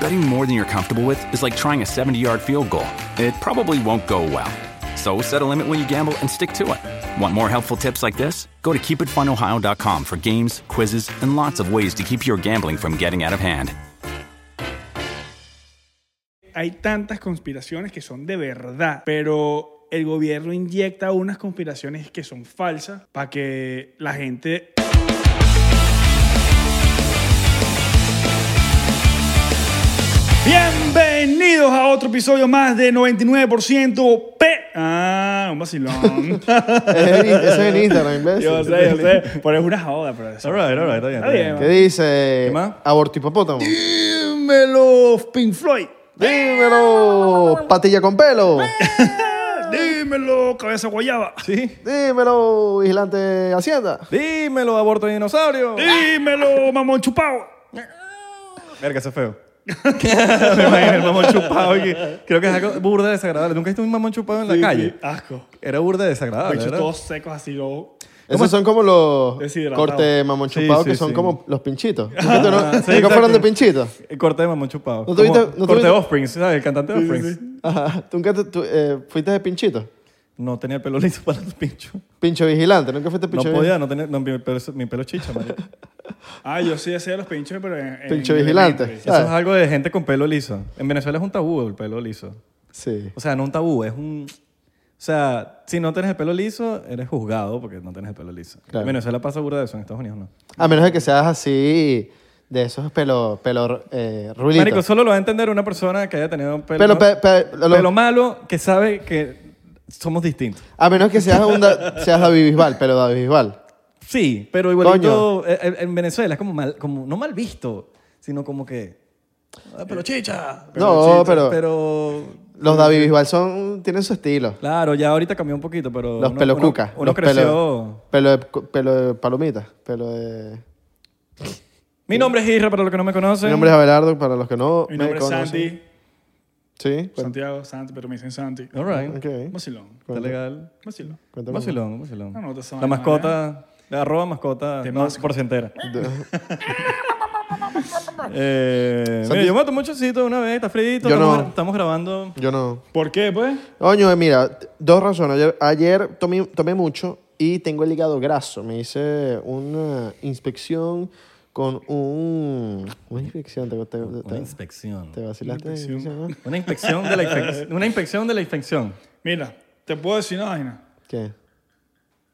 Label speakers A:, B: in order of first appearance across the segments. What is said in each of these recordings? A: Betting more than you're comfortable with is like trying a 70 yard field goal. It probably won't go well. So set a limit when you gamble and stick to it. Want more helpful tips like this? Go to keepitfunohio.com for games, quizzes, and lots of ways to keep your gambling from getting out of hand.
B: hay tantas conspiraciones que son de verdad, pero el gobierno inyecta unas conspiraciones que son falsas para que la gente... Bienvenidos a otro episodio más de 99% P. Ah, un vacilón.
C: Ese es en- ese es en Instagram, imbécil.
B: yo sé, yo sé. Pero es una joda, pero eso.
D: All right, all right, está bien.
B: Está bien,
C: ¿Qué dice?
D: ¿Qué más?
C: Aborto hipopótamo.
B: Dímelo, Pink Floyd.
C: Dímelo, patilla con pelo.
B: Dímelo, cabeza guayaba.
D: Sí.
C: Dímelo, vigilante de Hacienda.
D: Dímelo, aborto de dinosaurio.
B: Dímelo, mamón chupado.
D: Verga, eso es feo. Me imagino el mamón chupado. que- creo que es algo burda desagradable. ¿Nunca viste un mamón chupado en la calle?
B: Asco.
D: Era burda desagradable,
B: Pechos
D: Ah, ¿verdad?
B: todos secos así, luego.
C: Esos son como los
B: Deshidratado.
C: cortes de mamón
D: Sí,
C: chupado
D: sí,
C: que son
D: sí.
C: como los pinchitos. ¿Nunca tú no-
D: sí,
C: nunca fueron
D: exacto.
C: de pinchitos?
D: El corte de mamón chupado.
C: ¿No tuviste-
D: Como
C: no
D: corte
C: tuviste-
D: de Offspring, ¿sabes? El cantante de Offspring.
C: Ajá. ¿Tú nunca tú- tú, eh, fuiste de pinchito?
D: No tenía el pelo liso para los pinchos.
C: Pincho vigilante, nunca fuiste
D: No
C: pincho
D: podía, no tenía... no, mi, pelo, mi pelo es chicha, marico.
B: Ah, yo sí hacía los pinchos, pero en. en
C: Pincho vigilante.
B: elementary.
D: Eso es
C: ¿sabes?
D: algo de gente con pelo liso. En Venezuela es un tabú el pelo liso.
C: Sí.
D: O sea, no un tabú, es un... O sea, si no tienes el pelo liso, eres juzgado porque no tienes el pelo liso.
C: Claro.
D: En Venezuela pasa burda de eso, en Estados Unidos no.
C: A menos de que seas así, de esos pelo, pelo eh, rulitos.
D: Marico, solo lo va a entender una persona que haya tenido un pelo,
C: Pelo, pe- pe- lo-
D: pelo malo que sabe que somos distintos.
C: A menos que seas, un da- seas David Bisbal, pero David Bisbal.
D: Sí, pero igualito eh, eh, en Venezuela es como, mal, como no mal visto, sino como que... "Ah, Pero chicha.
C: No,
D: chicha,
C: pero-
D: Pero...
C: Los David Bisbal son, tienen su estilo.
D: Claro, ya ahorita cambió un poquito, pero...
C: Los
D: uno-
C: pelo
D: uno-
C: cuca.
D: Uno,
C: los
D: creció...
C: Pelo, pelo de, cu- pelo de palomita. Pelo de...
D: Mi nombre es Isra, para los que no me conocen.
C: Mi nombre es Abelardo, para los que no
B: Mi nombre
C: me
B: es
C: conocen.
B: Santi.
C: Sí, cu-
B: Santiago, Santi, pero me dicen Santi.
D: All right.
C: ok.
B: Vacilón.
D: Está legal.
B: Vacilón.
C: Cuéntame.
D: Vacilón, vacilón.
B: No, no, te sabes,
D: la
B: ¿no?
D: mascota, la arroba mascota,
B: Te
D: no,
B: masco.
D: por si entera.
C: De-
D: Eh,
C: Santi-
D: mira, yo me tomé un chocito de una vez, está frito.
C: Yo
D: estamos,
C: no.
D: estamos grabando.
C: Yo no.
B: ¿Por qué, pues?
C: Oño, eh, mira, t- dos razones. Ayer, ayer tomé, tomé mucho y tengo el hígado graso. Me hice una inspección con un... Una inspección. Te, te, te-
D: Una inspección.
C: te vacilaste. de
B: inspección.
C: inspección, ¿no?
D: Una inspección de la infección. Una inspección de la infección.
B: Mira, te puedo decir una vaina.
C: ¿Qué?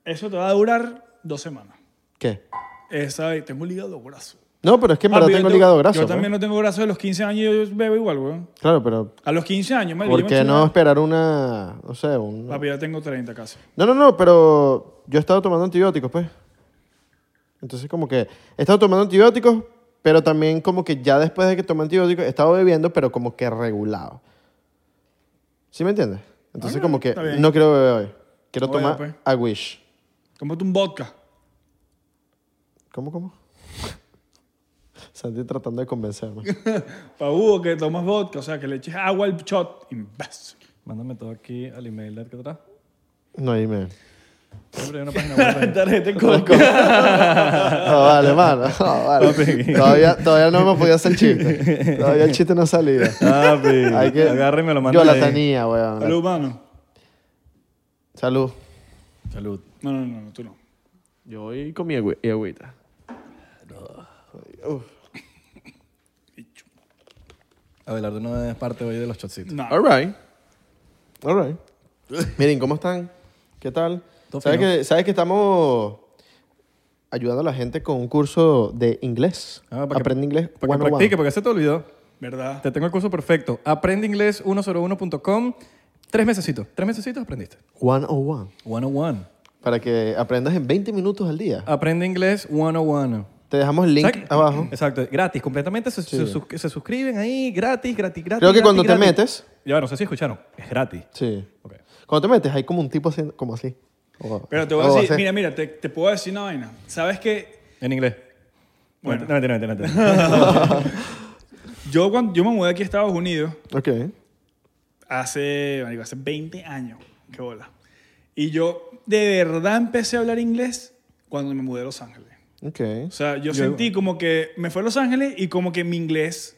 B: Eso te va a durar dos semanas.
C: ¿Qué?
B: Esa, y tengo el hígado graso.
C: No, pero es que en
B: Ah,
C: verdad
B: pero yo
C: tengo el hígado graso.
B: Yo
C: pues.
B: también no tengo graso de los 15 años y yo bebo igual, weón.
C: Claro, pero
B: A los 15 años, marico, yo
C: ¿por
B: me
C: qué
B: eché
C: no
B: una-
C: esperar una, no sé, un...
B: Papi, ya tengo 30 casi.
C: No, no, no, pero yo he estado tomando antibióticos, pues. Entonces como que he estado tomando antibióticos, pero también como que ya después de que tomé antibióticos he estado bebiendo, pero como que regulado. ¿Sí me entiendes? Entonces
B: Ah,
C: como que
B: está bien.
C: no quiero beber hoy. Quiero
B: No
C: tomar
B: beba, pues.
C: a Wish.
B: Tómate un vodka.
C: ¿Cómo, cómo? Santi tratando de convencerme.
B: Pa' Hugo que tomas vodka, o sea, que le eches agua al shot. Imbécil.
D: Mándame todo aquí al email de aquí atrás.
C: No, dime.
D: Siempre hay una página web.
B: Tarjeta con...
C: No, Ah, vale, mano. No, vale.
D: Papi.
C: Todavía, todavía no me podía hacer el chiste. Todavía el chiste no salía.
B: Ah,
D: Papi,
C: Hay que...
D: agarra y me lo manda
C: Yo la
D: ahí.
C: tenía, weón.
B: Salud, humano.
C: Salud.
D: Salud.
B: No, no, no, no, tú no.
C: Yo hoy comí agüita.
D: Abelardo no es parte hoy de los chocitos.
B: No.
C: All right. All right. Miren, ¿cómo están? ¿Qué tal?
D: Todo
C: ¿Sabes
D: fino.
C: que, ¿Sabes que estamos ayudando a la gente con un curso de inglés?
D: Ah, para que-
C: Aprende inglés.
D: Para que
C: 101.
D: practique, porque se te olvidó.
B: ¿Verdad?
D: Te tengo el curso perfecto. Aprendeinglés101.com. Tres mesecitos. Tres mesecitos aprendiste.
B: pues.
C: 101.
D: 101.
B: Ah.
C: Para que aprendas en 20 minutos al día.
D: Aprende inglés 101.
C: Te dejamos el link
D: Exacto.
C: abajo.
D: Exacto, gratis, completamente. Se, se sus- se suscriben ahí, gratis, gratis, gratis.
C: Creo que
D: gratis,
C: cuando te
D: gratis.
C: metes-
D: Ya, no sé si escucharon. Es gratis.
C: Sí.
D: Ok.
C: Cuando te metes, hay como un tipo haciendo, como así. O-
B: Pero te voy a
C: o
B: decir,
C: hace-
B: mira, mira, te, te puedo decir una vaina. ¿Sabes qué?
D: En inglés.
B: Bueno.
D: No, mentira, mentira, mentira.
B: Yo cuando yo me mudé aquí a Estados Unidos
C: Ok.
B: hace, marico, hace 20 años, qué bola. Y yo de verdad empecé a hablar inglés cuando me mudé a Los Ángeles.
C: Ok.
B: O sea, yo, sentí como que me fue a Los Ángeles y como que mi inglés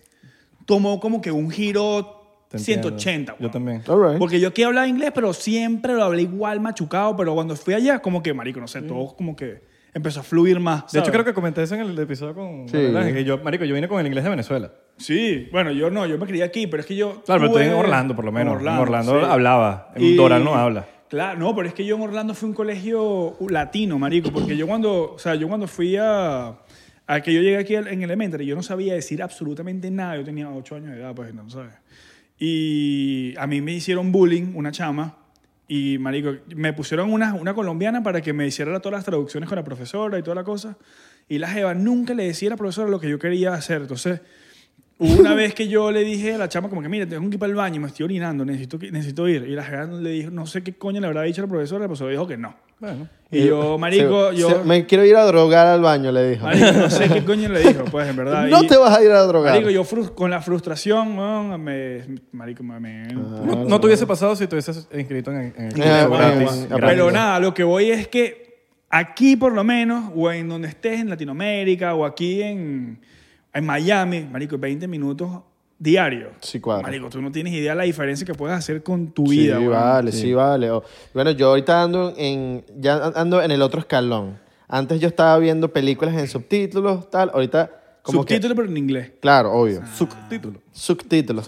B: tomó como que un giro
D: Te entiendo.
B: 180.
D: Yo
B: weón.
D: también.
C: All right.
B: Porque yo aquí hablaba inglés, pero siempre lo hablé igual machucado. Pero cuando fui allá, como que, marico, no sé,
C: Mm.
B: todo como que empezó a fluir más.
D: De hecho,
B: ¿sabes?
D: creo que comenté eso en el episodio con
C: Sí.
D: Manuel Ángel, que yo, marico, yo vine con el inglés de Venezuela.
B: Sí, bueno, yo no, yo me crié aquí, pero es que yo.
D: Claro, pero
B: tuve-
D: estoy en Orlando, por lo menos.
B: En
D: En Orlando
B: sí.
D: hablaba. En
B: Y-
D: Doral no habla.
B: Claro, no, pero es que yo en Orlando fui a un colegio latino, marico, porque yo cuando, o sea, yo cuando fui a, a que yo llegué aquí en Elementary, yo no sabía decir absolutamente nada, yo tenía 8 años de edad, pues, no sabes. Y a mí me hicieron bullying, una chama, y, marico, me pusieron una, una colombiana para que me hiciera todas las traducciones con la profesora y toda la cosa, y la jeva nunca le decía a la profesora lo que yo quería hacer, entonces... Hubo una vez que yo le dije a la chama como que, mira, tengo que ir para el baño, me estoy orinando, necesito, que- necesito ir. Y la jefa le dijo, no sé qué coño le habrá dicho la profesora, la profesora dijo que no.
C: Ah,
D: Bueno.
B: Y yo, marico,
C: Eh, Se-
B: yo...
C: se- me quiero ir a drogar al baño, le dijo.
B: marico, no sé qué coño le dijo, pues, en verdad.
C: no
B: Y-
C: te vas a ir a drogar.
B: Marico, yo frus- con la frustración, weón, me, marico, me... me-
C: Ah.
D: No, no te hubiese pasado si te hubieses inscrito en, en el
C: Eh,
D: inglés gratis.
C: bueno,
D: gratis.
B: Pero nada, lo que voy es que aquí por lo menos, o en donde estés, en Latinoamérica, o aquí en, en Miami, marico, 20 minutos diarios.
C: Sí, cuadra.
B: Marico, tú no tienes idea la diferencia que puedes hacer con tu
C: Sí,
B: vida. weón.
C: vale, sí, vale. O- bueno, yo ahorita ando en, ya ando en el otro escalón. Antes yo estaba viendo películas en subtítulos, tal. Ahorita, como
B: Subtítulo, pero en inglés.
C: que... Claro, obvio.
B: Ah.
D: Subtítulo.
C: Subtítulos.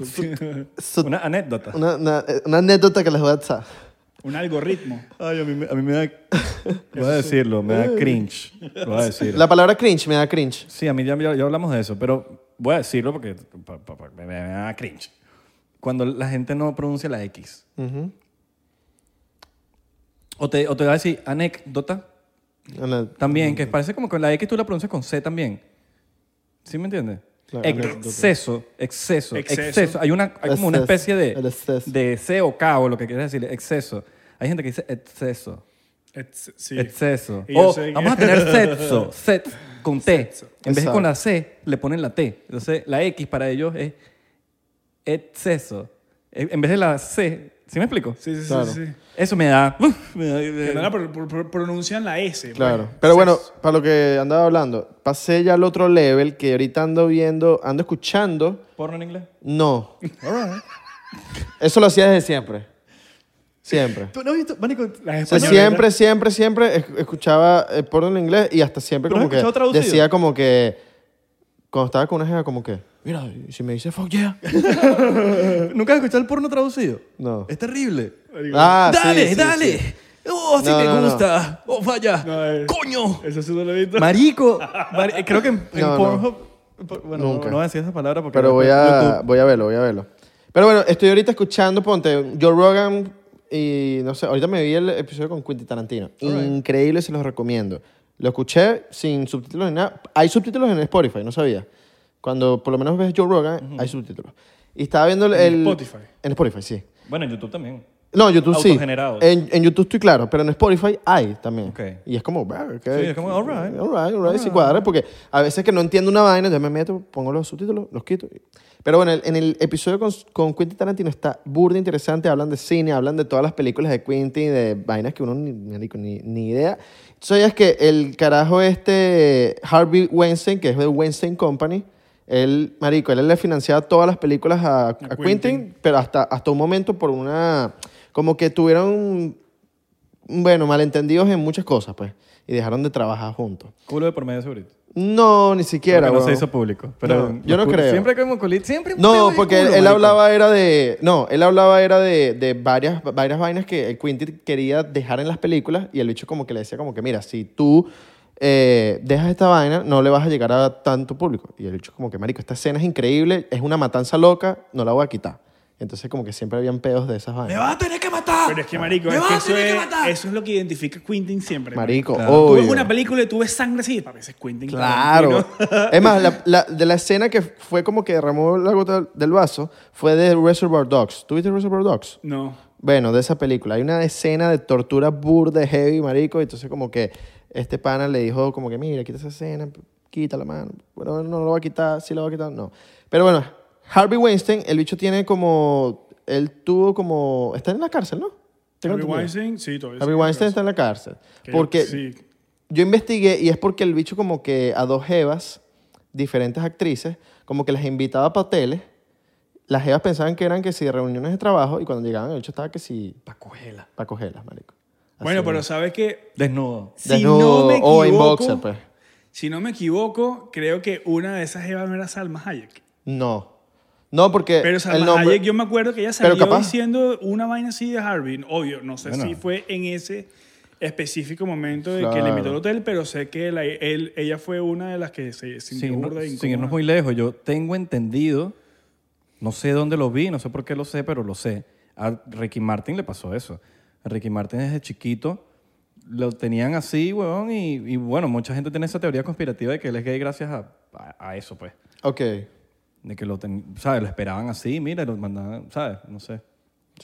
C: Sub-
D: Una anécdota.
C: una, una- una anécdota que les voy a echar.
B: Un algoritmo.
D: Ay, a mí, me- a mí me da... Voy a decirlo, me da cringe. Lo voy a decir.
C: La palabra cringe me da cringe.
D: Sí, a mí ya, ya- ya hablamos de eso, pero voy a decirlo porque pa- pa- pa- me, me- me da cringe. Cuando la gente no pronuncia la X. o, te, o te va a decir anécdota
C: Una-
D: también, que parece como que la X tú la pronuncias con C también. ¿Sí me entiendes?
C: Claro, anécdota.
D: exceso, exceso,
B: Exceso.
D: exceso, Hay, una, hay como una
C: Exceso,
D: especie
C: el
D: de,
C: exceso.
D: de C o K o lo que quieras decir, exceso. Hay gente que dice exceso.
B: Ex- sí.
D: Exceso.
B: Y yo
D: O
B: sé que-
D: Oh, vamos a tener sexo. Set con T. En vez de
C: Exacto.
D: con la C, le ponen la T. Entonces, la X para ellos es exceso. E- En vez de la C. ¿Sí me explico?
B: Sí, sí, sí,
C: Claro.
B: sí.
D: Eso me da. me da-
B: Que no la pro- pro- pro- pronuncian la S. pues.
C: Claro. Pero bueno,
B: Sexo.
C: para lo que andaba hablando, pasé ya al otro level que ahorita ando viendo, ando escuchando.
D: ¿Porno en inglés?
C: No. Eso lo hacía desde siempre. Siempre.
D: ¿Tú no has visto? Marico,
B: Las
C: O sea,
B: españolas.
C: siempre, siempre, siempre esc- escuchaba el porno en inglés y hasta siempre
D: ¿Pero has
C: como que
D: escuchado traducido?
C: decía como que cuando estaba con una jefa como que mira, y si me dice fuck yeah.
D: ¿Nunca has escuchado el porno traducido?
C: No.
D: Es terrible.
C: Ah, sí,
D: ¡Dale,
C: sí,
D: dale!
C: sí.
D: ¡Oh, así
C: No,
D: me
C: no, no.
D: gusta! ¡Oh, vaya!
B: No, eh.
D: ¡Coño!
B: Eso sí no lo he visto.
D: Marico, mari- creo que en, en
C: No, no.
D: Pornhub. por- Bueno,
C: Nunca.
D: no, no voy a decir esa palabra porque.
C: Pero voy
D: YouTube-
C: a, voy a verlo, voy a verlo. Pero bueno, estoy ahorita escuchando, ponte, Joe Rogan y no sé, ahorita me vi el episodio con Quentin Tarantino. Increíble, se los recomiendo. Lo escuché sin subtítulos ni nada. Hay subtítulos en Spotify, no sabía. Cuando por lo menos ves Joe Rogan, hay subtítulos. Y estaba viendo el... el-
B: Spotify.
C: En Spotify, sí.
D: Bueno, en YouTube también.
C: No, YouTube sí.
D: Autogenerados.
C: En, en YouTube estoy claro, pero en Spotify hay también.
D: Ok.
C: Y es como, ver, ¿qué?
D: Sí, es como, all right. Ah.
C: All right, all right, sí cuadra, porque a veces que no entiendo una vaina, yo me meto, pongo los subtítulos, los quito. Pero bueno, en el episodio con, con Quentin Tarantino está burda interesante, hablan de cine, hablan de todas las películas de Quentin, de vainas que uno ni, marico, ni, ni idea. ¿Tú sabías que el carajo este, Harvey Weinstein, que es de Weinstein Company, él, marico, él le financiaba todas las películas a, a Quentin, pero hasta, hasta un momento por una... Como que tuvieron, bueno, malentendidos en muchas cosas, pues. Y dejaron de trabajar juntos.
D: Culo de por medio seguro.
C: No, ni siquiera.
D: Porque no
C: weón.
D: se hizo público. Pero
C: No, yo no
D: cul-
C: creo.
D: Siempre hay como culito. Siempre hay un pedo
C: No,
D: de
C: porque él,
D: culo,
C: él
D: marico.
C: hablaba era de... No, él hablaba era de, de varias, varias vainas que el Quinty quería dejar en las películas y el bicho como que le decía como que, mira, si tú eh, dejas esta vaina, no le vas a llegar a tanto público. Y el bicho como que, marico, esta escena es increíble, es una matanza loca, no la voy a quitar. Y Entonces como que siempre habían pedos de esas
E: ¡Me
C: vainas.
E: vas a tener que matar!
B: Pero es que, marico,
E: ¡Me
B: es
E: vas
B: que
E: a
B: eso,
E: tener que
B: es,
E: matar!
B: eso es lo que identifica a Quentin siempre. pues.
C: Marico,
D: Claro.
B: Tú
C: obvio.
B: ves una película y tú ves sangre así, para veces Quentin.
C: Claro.
B: Tarantino.
C: es más, la- la- de la escena que fue como que derramó la gota del vaso fue de Reservoir Dogs. ¿Tuviste Reservoir Dogs?
B: No.
C: Bueno, de esa película. Hay una escena de tortura burda, heavy, marico. Y entonces como que este pana le dijo como que, mira, quita esa escena, quita la mano. Bueno, no lo va a quitar, sí la va a quitar, no. Pero bueno, Harvey Weinstein, el bicho tiene como... Él tuvo como... Está en la cárcel, ¿no? Tengo
B: Harvey
C: entendido.
B: Weinstein, sí, todavía.
C: Harvey
B: sigue
C: Weinstein
B: preso.
C: está en la cárcel.
B: Que yo-
C: Porque
B: sí.
C: yo investigué y es porque el bicho como que a dos jevas, diferentes actrices, como que las invitaba para hoteles. Las jevas pensaban que eran que si reuniones de trabajo y cuando llegaban el bicho estaba que si
E: Pa' cogerla.
C: para cogerlas, marico. Así
B: Bueno,
C: es.
B: pero sabes que
D: Desnudo.
B: si
C: Desnudo
B: no me equivoco,
C: o en boxer, pues.
B: si no me equivoco, creo que una de esas jevas no era Salma Hayek.
C: No. No, porque
B: Pero Salma
C: Eh, el nombre...
B: Hayek, yo me acuerdo que ella
C: Pero
B: salió
C: capaz-
B: diciendo una vaina así de Harvey. Obvio, no sé
D: Bueno.
B: si fue en ese específico momento de que
C: Claro.
B: le invitó al hotel, pero sé que la- él, ella fue una de las que se sintió
D: Sin, irnos-
B: burda e
D: sin
B: incómoda.
D: irnos muy lejos, yo tengo entendido, no sé dónde lo vi, no sé por qué lo sé, pero lo sé. A Ricky Martin le pasó eso. A Ricky Martin desde chiquito lo tenían así, weón, y, y bueno, mucha gente tiene esa teoría conspirativa de que él es gay gracias a, a- a eso, pues.
C: Ok.
D: De que lo, ten- ¿sabes? lo esperaban así, mira, lo mandaban, ¿sabes? No sé.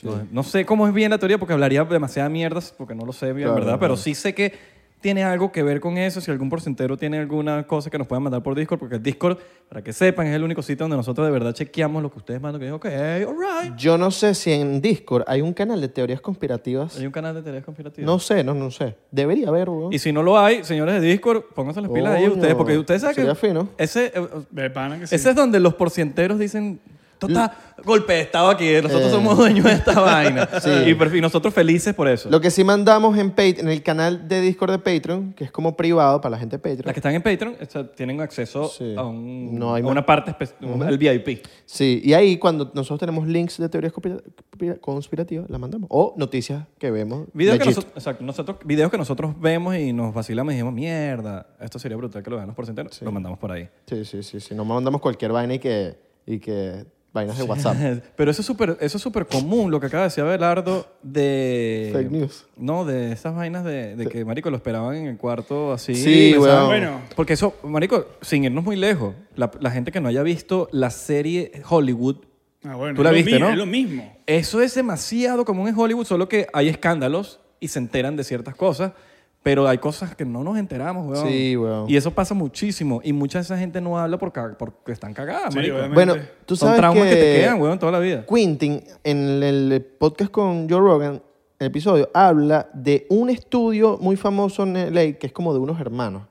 D: No- No sé cómo es bien la teoría porque hablaría demasiada mierda porque no lo sé bien,
C: Claro,
D: ¿verdad?
C: claro.
D: Pero sí sé que tiene algo que ver con eso. Si algún porcentero tiene alguna cosa que nos puedan mandar por Discord, porque el Discord, para que sepan, es el único sitio donde nosotros de verdad chequeamos lo que ustedes mandan. Que digo, ok, alright.
C: Yo no sé si en Discord hay un canal de teorías conspirativas.
D: Hay un canal de teorías conspirativas.
C: No sé, no, no sé. Debería haber, weón.
D: Y si no lo hay, señores de Discord, pónganse las pilas ahí
C: Coño,
D: ustedes, porque ustedes saben
C: sería
D: que.
C: fino.
D: Ese, eh, eh,
B: De pana que sí.
D: Ese es donde los porcienteros dicen, tú estás golpe de Estado aquí, nosotros
C: Eh.
D: somos dueños de esta vaina. Y, perf- y nosotros felices por eso.
C: Lo que sí mandamos en, Pat- en el canal de Discord de Patreon, que es como privado para la gente de Patreon.
D: Las que están en Patreon o sea, tienen acceso
C: Sí.
D: a, un-
C: No hay
D: a
C: más.
D: una parte, espe- al VIP.
C: Sí, y ahí cuando nosotros tenemos links de teorías conspira- conspira- conspirativas, las mandamos. O noticias que vemos.
D: Videos que,
C: legit.
D: nosotros, exacto, nosotros, videos que nosotros vemos y nos vacilamos y dijimos, mierda, esto sería brutal que lo vean los porcienteros. Lo mandamos por ahí.
C: Sí, sí, sí, sí. No mandamos cualquier vaina y que, y que vainas de WhatsApp.
D: Pero eso es súper eso es súper común, lo que acaba de decir Abelardo de...
C: Fake news.
D: No, de esas vainas de, de que, marico, lo esperaban en el cuarto así.
C: Sí,
D: pensaban-
C: weón.
B: Bueno.
D: Porque eso, marico, sin irnos muy lejos, la, la gente que no haya visto la serie Hollywood,
B: Ah, bueno,
D: tú la
B: es lo
D: viste,
B: mi-
D: ¿no?
B: Es lo mismo.
D: eso es demasiado común en Hollywood, solo que hay escándalos y se enteran de ciertas cosas, pero hay cosas que no nos enteramos, weón.
C: Sí, weón.
D: Y eso pasa muchísimo, y mucha de esa gente no habla por ca- porque están cagadas,
B: Sí,
D: marico.
B: obviamente.
C: Bueno, tú
D: Son
C: sabes
D: traumas que...
C: que
D: te quedan, weón, toda la vida.
C: Quentin, en el podcast con Joe Rogan, el episodio, habla de un estudio muy famoso en LA que es como de unos hermanos.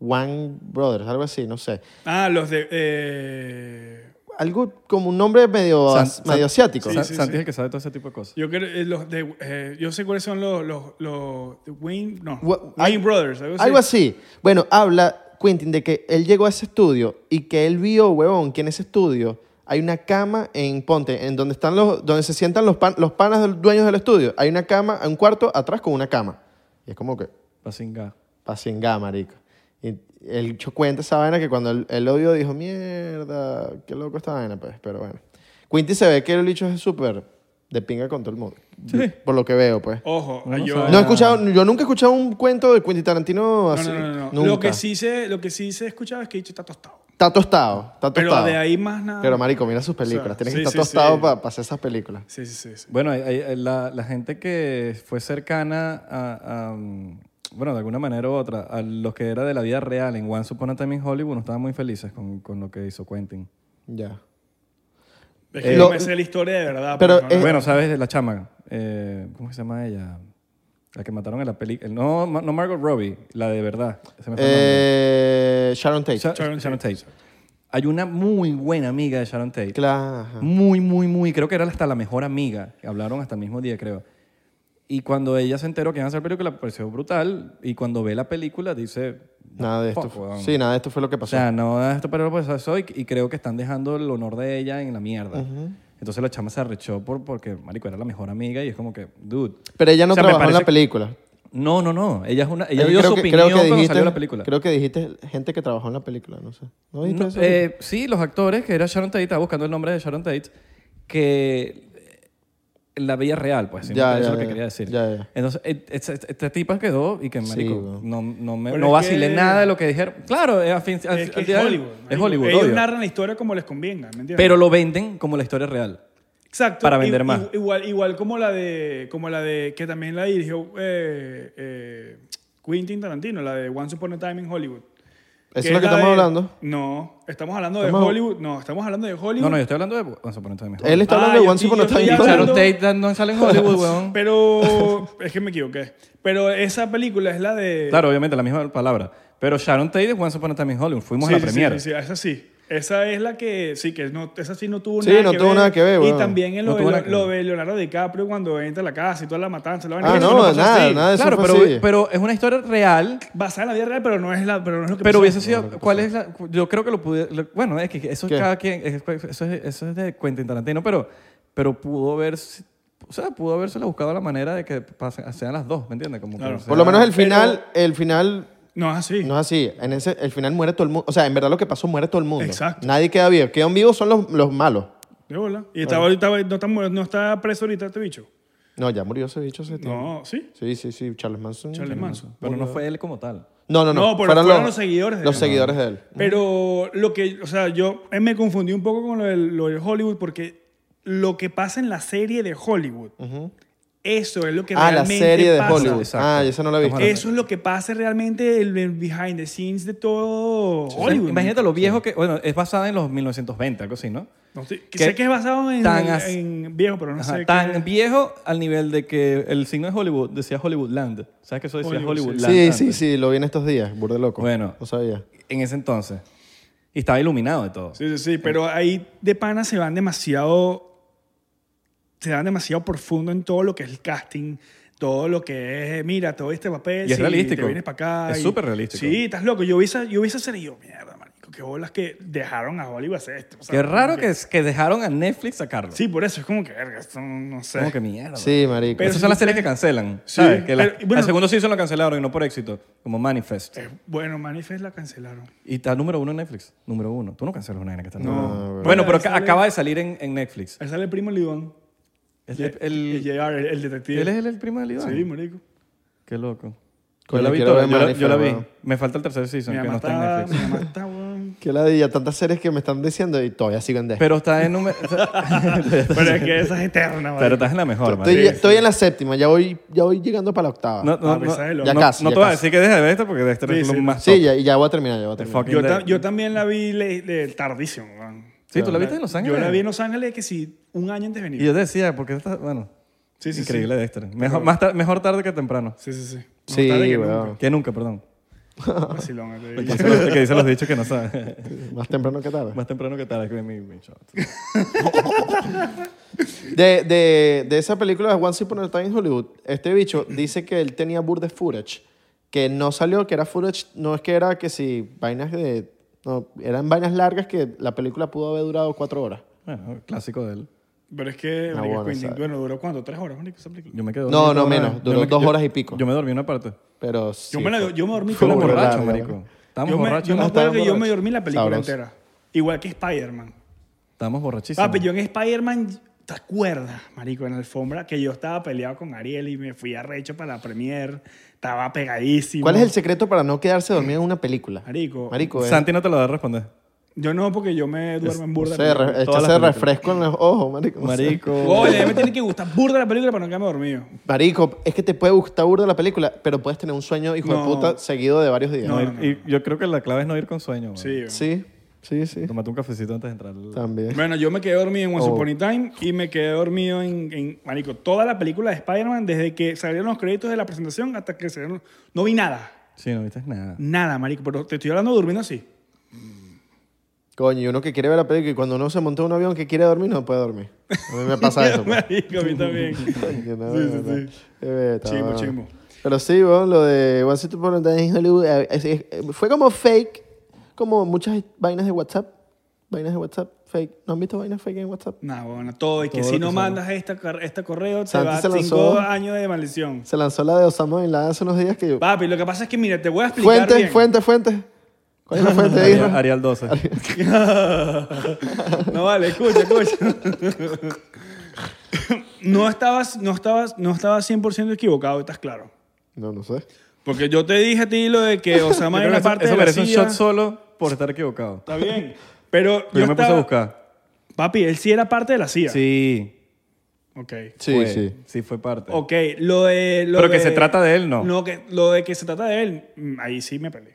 C: One Brothers, algo así, no sé.
B: Ah, los de... eh,
C: Algo como un nombre medio,
D: San-
C: as- medio
D: San-
C: asiático.
D: Sa-
B: sí,
D: Santi
B: sí.
D: es el que sabe todo ese tipo de cosas.
B: yo, creo, eh, los de eh, yo sé cuáles son los... los, los de Wayne, no,
C: Wa-
B: Wayne
C: al-
B: Brothers. Algo así.
C: Algo así. Bueno, habla Quentin de que él llegó a ese estudio y que él vio, huevón, que en ese estudio hay una cama en Ponte, en donde están los, donde se sientan los, pan- los panas de los dueños del estudio. Hay una cama, un cuarto atrás con una cama. Y es como que,
D: Pasinga.
C: pasingá, marico. Y el bicho cuenta esa vaina que cuando él, él lo vio dijo, mierda, qué loco esta vaina, pues. Pero bueno. Quentin se ve que el bicho es súper de pinga con todo el mundo. Por lo que veo, pues.
B: Ojo,
D: Uno
B: yo...
D: sabe.
C: No he escuchado, yo nunca he escuchado un cuento de Quentin Tarantino
B: No,
C: así.
B: no, no, no, no.
C: Nunca.
B: Lo que sí se, lo que sí se escuchaba es que Dicho está tostado.
C: Está tostado, está
B: Pero
C: tostado.
B: de ahí más nada.
C: Pero, marico, mira sus películas.
B: O sea,
C: Tienes
B: sí,
C: que estar
B: sí,
C: tostado
B: sí.
C: para hacer esas películas.
B: Sí, sí, sí. sí.
D: Bueno, hay- hay- la, la gente que fue cercana a, a, mm, bueno, de alguna manera u otra, a los que era de la vida real en One Upon a Time in Hollywood, no estaban muy felices con, con lo que hizo Quentin.
C: Ya.
B: Es que
C: Eh,
B: no
C: lo-
B: me sé la historia de verdad.
C: pero,
B: pues, no, no.
C: eh,
D: Bueno, ¿sabes? de La chama, eh, ¿cómo se llama ella? La que mataron en la película. No, ma- no Margot Robbie, la de verdad. Se me fue el nombre.
C: Eh, Sharon Tate.
D: Sha-
B: Sharon
D: Sharon, Tate. Hay una muy buena amiga de Sharon Tate.
C: Claro, ajá.
D: Muy, muy, muy. Creo que era hasta la mejor amiga. que Hablaron hasta el mismo día, creo. Y cuando ella se enteró que iban a hacer película, pareció brutal. Y cuando ve la película, dice...
C: Nada de esto.
D: Fuck, weón.
C: sí, nada de esto fue lo que
D: O
C: pasó.
D: sea, no, esto pero pues eso. Y, y creo que están dejando el honor de ella en la mierda. Entonces la chama se arrechó por, porque, marico, era la mejor amiga. Y es como que, dude...
C: Pero ella no
D: O sea, me
C: trabajó en la
D: parece-
C: película.
D: No, no, no. Ella, es una, ella
C: Yo
D: dio su opinión cuando salió la película.
C: Creo que dijiste gente que trabajó en la película, no sé. ¿No dijiste
D: No,
C: eso?
D: eh, sí, los actores, que era Sharon Tate, estaba buscando el nombre de Sharon Tate, que la vida real, pues.
C: Ya, ya,
D: simplemente eso es lo que
C: ya.
D: quería decir.
C: Ya, ya.
D: Entonces, et- et- et- esta tipa quedó y que,
C: Sí,
D: marico,
C: weón.
D: no, no, me,
B: Pero
D: no
B: es
D: vacilé
B: que-
D: nada de lo que dijeron. Claro, es, a fin- al-
B: Es, que
D: al
B: es
D: día de-
B: Hollywood.
D: Es
B: marico.
D: Hollywood,
B: Ellos
D: obvio.
B: narran la historia como les convenga, ¿me entiendes?
D: Pero lo venden como la historia real.
B: Exacto.
D: para
B: i-
D: vender
B: i-
D: más.
B: Igual, igual como la de, como la de, que también la dirigió eh, eh, Quentin Tarantino, la de Once Upon a Time in Hollywood.
C: Eso es
B: la
C: lo que estamos
B: de-
C: hablando.
B: No, estamos hablando
C: Estamos-
B: de Hollywood. No, estamos hablando de Hollywood.
D: No, no, yo estoy hablando de... Vamos a poner esto de mi
C: Él está
B: Ah,
C: hablando de
B: yo
C: Once
B: estoy-
C: Upon a
B: yo estoy
C: Time. in
B: hablando-
D: Sharon
C: Hollywood.
D: Tate no sale en Hollywood, weón.
B: Pero es que me equivoqué. Pero esa película es la de.
D: Claro, obviamente, la misma palabra. Pero Sharon Tate es Once Upon a Time in Hollywood. Fuimos a la
B: sí,
D: premiere.
B: Sí, sí, esa sí. Esa es la que sí, que no, esa sí no tuvo
C: Sí,
B: nada
C: no
B: que
C: tuvo
B: ver.
C: nada que ver,
B: Y
C: weón.
B: también en
D: No
B: lo,
D: tuvo
B: de,
D: nada que
B: lo
D: ver.
B: de Leonardo DiCaprio cuando entra a la casa y toda la matanza. La vaina,
C: Ah,
B: eso
C: no,
B: pasó
C: nada,
B: así.
C: nada de eso
D: Claro,
C: fue
D: pero,
C: así.
D: pero es una historia real,
B: Basada en la vida real, pero no es, la, pero no es lo que
D: pero
B: pasó.
D: hubiese sido... ¿Cuál es la...? Yo creo que lo pude... lo- bueno, es que eso
C: ¿Qué?
D: es cada quien... es- eso, es, eso es de Quentin Tarantino, pero, pero pudo haber... O sea, pudo haberse buscado la manera de que pasen- sean las dos, ¿me entiendes? Como que
B: Claro.
D: sea-
C: Por lo menos el
B: Pero-
C: final, el final
B: No es así.
C: no es así. En ese, el final muere todo el mundo. O sea, en verdad lo que pasó muere todo el mundo.
B: Exacto.
C: Nadie queda vivo. Quedan vivos son los, los malos.
B: De bola. Y está, ahorita, no, está, mu- no está preso ahorita este bicho.
C: No, ya murió ese bicho hace tiempo.
B: No, sí.
C: Sí, sí, sí. Charles Manson.
B: Charles Manson.
D: Pero no fue él como tal.
C: No, no, no.
B: No, pero fueron los seguidores de
C: Los
B: él.
C: seguidores de él.
B: Pero lo que, o sea, yo eh, me confundí un poco con lo del, lo del Hollywood porque lo que pasa en la serie de Hollywood, eso es lo que
C: Ah, la
B: realmente
C: serie de
B: pasa.
C: Hollywood.
D: Exacto.
C: Ah, y esa no la vi.
D: Estamos
B: Eso es lo que pasa realmente el, el behind the scenes de todo
D: O sea,
B: Hollywood.
D: imagínate lo viejo que... Bueno, es basada en los 1920, algo así, ¿no?
B: No estoy- que
D: que-
B: sé que es basado en,
D: tan as-
B: en viejo, pero no
D: Ajá,
B: sé.
D: tan
B: qué-
D: viejo al nivel de que el signo de Hollywood decía Hollywoodland. ¿Sabes que eso decía
B: Hollywood, sí.
D: Hollywoodland?
C: Sí,
D: antes?
C: sí, sí. Lo vi en estos días. Burde loco.
D: Bueno.
C: No sabía.
D: En ese entonces. Y estaba iluminado de todo.
B: Sí, sí, sí, pero ahí de pana se van demasiado se van demasiado profundo en todo lo que es el casting, todo lo que es, mira, todo este papel,
D: Y es
B: sí,
D: realístico.
B: te vienes para acá.
D: Es
B: y-
D: súper realístico.
B: Sí, estás loco. Yo vi esa, yo vi esa serie y yo, mierda, marico, qué bolas que dejaron a Hollywood hacer esto. O sea,
D: Qué raro
B: como
D: que, que dejaron a Netflix sacarlo.
B: Sí, por eso, es como que, verga, esto no sé.
D: Como que mierda.
C: Sí, marico.
B: Pero
D: Esas
B: si
D: son las
B: tú
D: series que cancelan. ¿sabes?
B: Sí,
D: que la,
B: pero, bueno-
D: la segunda season la cancelaron y no por éxito. Como Manifest.
B: Eh, bueno, Manifest la cancelaron.
D: Y está número uno en Netflix. Número uno. Tú no cancelas una vaina que está
B: No.
D: número uno.
B: Ah, bueno.
D: Bueno, pero ca-
B: Sale- Eh,
D: acaba de salir en, en Netflix.
B: Ahí sale el primo Lidón.
D: El,
B: El,
D: el-
B: JR, el, el detective.
D: él es el, el primo de Lidón.
B: Sí, marico.
D: Qué loco.
C: Coño,
D: yo la vi
C: quiero
D: toda,
C: ver
D: yo, la-
C: Manifest,
D: yo la vi.
C: weón.
D: Me falta el tercer season
B: Mi
D: que no
B: mamá
D: está en
B: está,
D: Netflix.
B: mi mamá está, weón.
C: Qué ladilla. Tantas series que me están diciendo y todavía sigo en Netflix.
D: Pero está en número...
B: Pero es que esa es eterna, marico.
D: pero estás en la mejor,
C: Estoy,
D: marico.
C: estoy en la séptima. Ya voy, ya voy llegando para la octava.
D: No, no,
B: Ah, pues,
D: no,
B: sabes
D: no,
B: lo-
C: Ya
D: no-
C: casi,
D: no
C: ya
D: te voy a
C: casi.
D: decir que dejes de ver esto porque este es
B: Sí,
D: lo
B: sí.
D: más
C: Sí,
D: top.
C: ya, y ya voy a terminar. Ya voy a
D: The
C: terminar.
D: fucking
B: Yo,
D: de-
B: ta- yo también la vi le, le- tardísimo. weón.
D: Sí, tú la viste en Los Ángeles.
B: Yo la vi en Los Ángeles que sí, un año antes venía.
D: Y yo decía, porque está, bueno,
B: Sí, sí,
D: increíble
B: sí.
D: Dexter. Mejor, más tar- mejor tarde que temprano.
B: Sí, sí, sí. Más
C: Sí,
B: tarde que
C: weón.
B: nunca.
D: Que nunca, perdón.
B: Vacilón, eh.
D: Que dicen los- que dicen los dichos que no saben.
C: Más temprano que tarde.
D: más temprano que tarde que mi, mi shot.
C: De, de, de esa película de Once Upon a Time in Hollywood, este bicho dice que él tenía burde footage. Que no salió, que era footage, no es que era que si vainas de. No, eran vainas largas que la película pudo haber durado cuatro horas.
D: Bueno, clásico de él.
B: Pero es que,
C: No,
B: marico,
C: Ah, bueno,
B: Quentin,
C: sabe.
B: bueno, duró cuánto, tres horas, marico, esa película.
D: Yo me quedo.
C: No,
D: dormido
C: no,
D: toda-
C: menos.
D: yo
C: Duró
D: me-
C: dos
D: yo-
C: horas y pico.
D: Yo me dormí una parte.
C: Pero sí.
B: Yo, me la,
C: fue-
B: yo me dormí
D: Fuimos
C: Fue
B: toda la-
D: borrachos,
C: larga,
D: marico.
C: weón.
D: Estábamos
B: Yo me,
D: borrachos.
B: yo me
C: No,
B: acuerdo
C: estábamos
B: que yo me
C: borrachos.
B: dormí la película
C: Sabroso.
B: entera. Igual que Spider-Man.
D: Estábamos borrachísimos.
B: Papi, yo en Spider-Man, ¿te acuerdas, marico, en la alfombra? Que yo estaba peleado con Ariel y me fui arrecho para la premier. Estaba pegadísimo.
C: ¿Cuál es el secreto para no quedarse dormido en una película?
B: Mm. Marico.
C: Marico, eh.
D: Santi no te lo va a responder.
B: Yo no, porque yo me duermo en burda.
C: No sé, re-
D: todas
C: échase
D: las películas.
C: refresco en los ojos, marico. no sé.
B: Oye, a mí me tiene que gustar burda la película para no quedarme dormido.
C: Marico, es que te puede gustar burda la película, pero puedes tener un sueño hijo de
B: No.
C: puta seguido de varios días.
B: No, no,
D: Y yo creo que la clave es no ir con sueño. weón.
B: Sí.
C: Sí, sí, sí.
D: Tómate un cafecito antes de entrar. al-
C: También.
B: Bueno, yo me quedé dormido en Once
C: Oh.
B: Upon a Time y me quedé dormido en, en, marico, toda la película de Spider-Man desde que salieron los créditos de la presentación hasta que salieron... No vi nada.
D: Sí, no viste nada.
B: Nada, marico. Pero te estoy hablando durmiendo así.
C: Coño, y uno que quiere ver la película y cuando uno se monta en un avión que quiere dormir, no puede dormir. A mí me pasa eso. pues.
B: marico, a mí también.
C: Yo no,
B: Sí,
C: no,
B: sí,
C: no.
B: sí.
C: Qué beta,
B: Chimbo,
C: mano.
B: chimbo.
C: Pero sí, bueno, lo de Once Upon a Time in Hollywood eh, es- es- eh, fue como fake, como muchas vainas de WhatsApp. Vainas de WhatsApp, fake. ¿No han visto vainas fake en WhatsApp?
B: Nada, bueno, todo. Y que
D: Todo
B: si
D: lo
B: no
D: que
B: mandas esta, car- este correo, te
C: Santi
B: va
C: se lanzó.
B: cinco años de maldición.
C: Se lanzó la de Osama Bin Laden hace unos días que yo...
B: Papi, lo que pasa es que, mira, te voy a explicar
C: Fuente,
B: bien.
C: fuente, fuente. ¿Cuál es la fuente? ahí?
D: Arial, Arial 12.
B: No vale, escucha, escucha. No estabas, no estabas, no estabas 100% equivocado, estás claro.
C: No, no sé.
B: Porque yo te dije a ti lo de que Osama
D: Yo
B: era
D: creo que eso,
B: parte
D: eso
B: de la
D: merece un
B: CIA.
D: shot solo por estar equivocado.
B: Está bien. Pero
D: Pero yo me puse a
B: estaba-
D: buscar.
B: Papi, él sí era parte de la CIA.
D: Sí.
B: Ok.
C: Sí,
D: fue.
C: sí.
D: Sí, fue parte.
B: Ok, lo de... lo
D: Pero que
B: de-
D: se trata de él, no.
B: No, que, lo de que se trata de él, mm, ahí sí me peleé.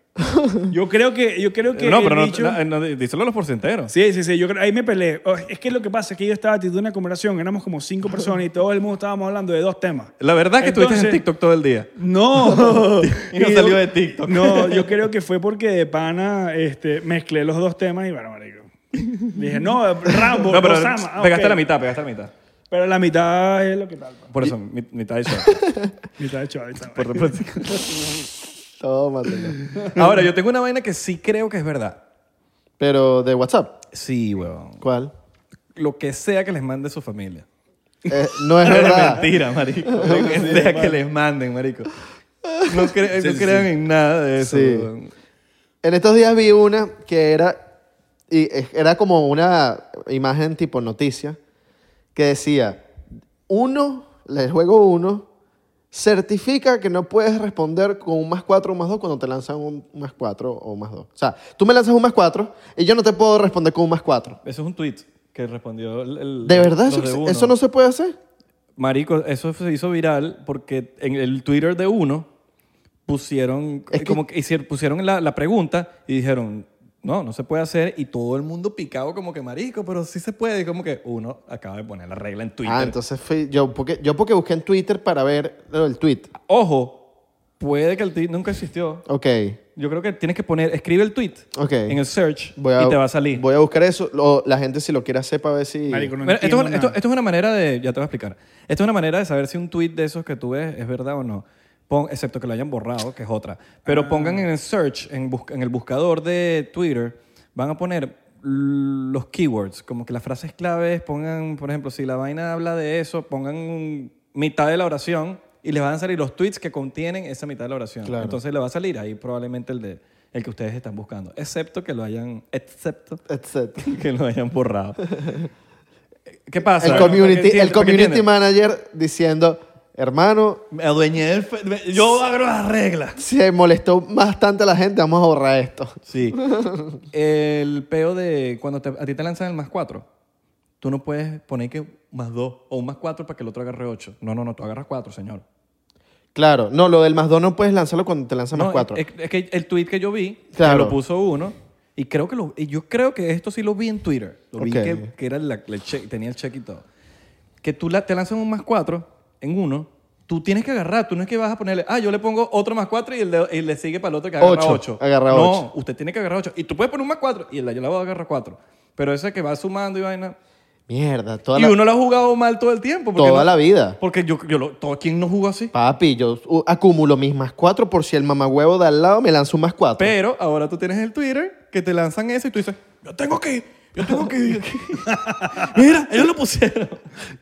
B: Yo creo que... Yo creo que
D: Eh, no,
B: el
D: pero no,
B: bicho-
D: no, no, díselo a los porcenteros.
B: Sí, sí, sí, yo creo, ahí me peleé. Oh, Es que lo que pasa es que yo estaba teniendo una conversación, éramos como cinco personas y todo el mundo estábamos hablando de dos temas.
D: La verdad es que estuviste en
B: Entonces-
D: TikTok todo el día.
B: No.
D: Y no
B: yo-
D: salió de TikTok.
B: No, yo creo que fue porque de pana este, mezclé los dos temas y bueno, marico. Dije, no, Rambo,
D: no, pero
B: Osama. Ah,
D: pegaste
B: ok.
D: la mitad, pegaste la mitad.
B: Pero la mitad es lo que tal. pa.
D: Por eso, mi- mitad de shot.
B: Mitad de chaval.
D: Por- por-
C: Tómatelo.
D: Ahora, yo tengo una vaina que sí creo que es verdad.
C: Pero de WhatsApp,
D: Sí, weón.
C: ¿cuál?
D: Lo que sea que les mande su familia.
C: Eh, no es
D: No, era
C: verdad.
D: mentira, marico. Lo que sea que les manden, marico. No, cre- no crean en nada de eso.
C: Sí.
D: weón.
C: En estos días vi una que era, y eh, era como una imagen tipo noticia que decía, uno, el juego uno, certifica que no puedes responder con un más cuatro o un más dos cuando te lanzan un más cuatro o un más dos. O sea, tú me lanzas un más cuatro y yo no te puedo responder con un más cuatro.
D: Eso es un tweet que respondió el... el-
C: ¿De verdad?
D: los
C: Eso,
D: de uno.
C: eso no se puede hacer?
D: Marico, eso se hizo viral porque en el Twitter de uno pusieron, eh,
C: Es que-
D: como que hicieron, pusieron la, la pregunta y dijeron, no, no se puede hacer. Y todo el mundo picado como que, marico, pero sí se puede. Y como que uno acaba de poner la regla en Twitter.
C: Ah, entonces fui- yo, porque, yo porque busqué en Twitter para ver lo del tweet.
D: Ojo, puede que el tweet nunca existió.
C: Ok.
D: Yo creo que tienes que poner, escribe el tweet
C: Ok.
D: en el search
C: Voy a-
D: y te va a salir.
C: Voy a buscar eso. Lo- la gente si lo quiere hacer para ver si...
B: Marico, no
D: Mira, esto, es
B: entiendo
D: una- esto-
B: nada.
D: esto es una manera de, ya te voy a explicar. Esto es una manera de saber si un tweet de esos que tú ves es verdad o no. Pon- excepto que lo hayan borrado, que es otra. Pero pongan en el search, en, busca- en el buscador de Twitter, van a poner l- los keywords, como que las frases claves, pongan, por ejemplo, si la vaina habla de eso, pongan un- mitad de la oración y les van a salir los tweets que contienen esa mitad de la oración.
C: Claro.
D: Entonces le va a salir ahí probablemente el de el que ustedes están buscando, excepto que lo hayan, excepto
C: Etcétera.
D: que lo hayan borrado. ¿Qué pasa?
C: el community,
D: Porque-
C: el
D: porque
C: community
D: tienen-
C: manager diciendo, hermano,
D: Me adueñé del fe- me- Yo abro las reglas.
C: se molestó bastante a la gente, vamos a borrar esto.
D: Sí. El peo de cuando te- a ti te lanzan el más cuatro, tú no puedes poner que más dos o un más cuatro para que el otro agarre ocho. No, no, no, tú agarras cuatro, señor.
C: Claro, no, lo del más dos no puedes lanzarlo cuando te lanzan
D: No,
C: más cuatro.
D: Es, es que el tweet que yo vi, que
C: Claro.
D: lo puso uno, y creo que lo, y yo creo que esto sí lo vi en Twitter. Lo vi
C: Ok.
D: que, que era la- el check, tenía el check y todo. Que tú la- te lanzan un más cuatro en uno, tú tienes que agarrar, tú no es que vas a ponerle, ah, yo le pongo otro más cuatro y, el de- y le sigue para el otro que agarra
C: Ocho,
D: ocho.
C: agarra
D: no,
C: ocho.
D: usted tiene que agarrar ocho. Y tú puedes poner un más cuatro y el de allá abajo agarra cuatro. Pero ese que va sumando y vaina.
C: Mierda, toda,
D: y
C: la,
D: uno lo ha jugado mal todo el tiempo. porque
C: toda
D: no-
C: la vida.
D: Porque yo, yo lo- todo, ¿quién no jugó así?
C: Papi, yo uh, acumulo mis más cuatro por si el mamagüevo de al lado me lanza un más cuatro.
D: Pero ahora tú tienes el Twitter que te lanzan eso y tú dices, yo tengo que ir, yo tengo que ir. Mira, ellos lo pusieron.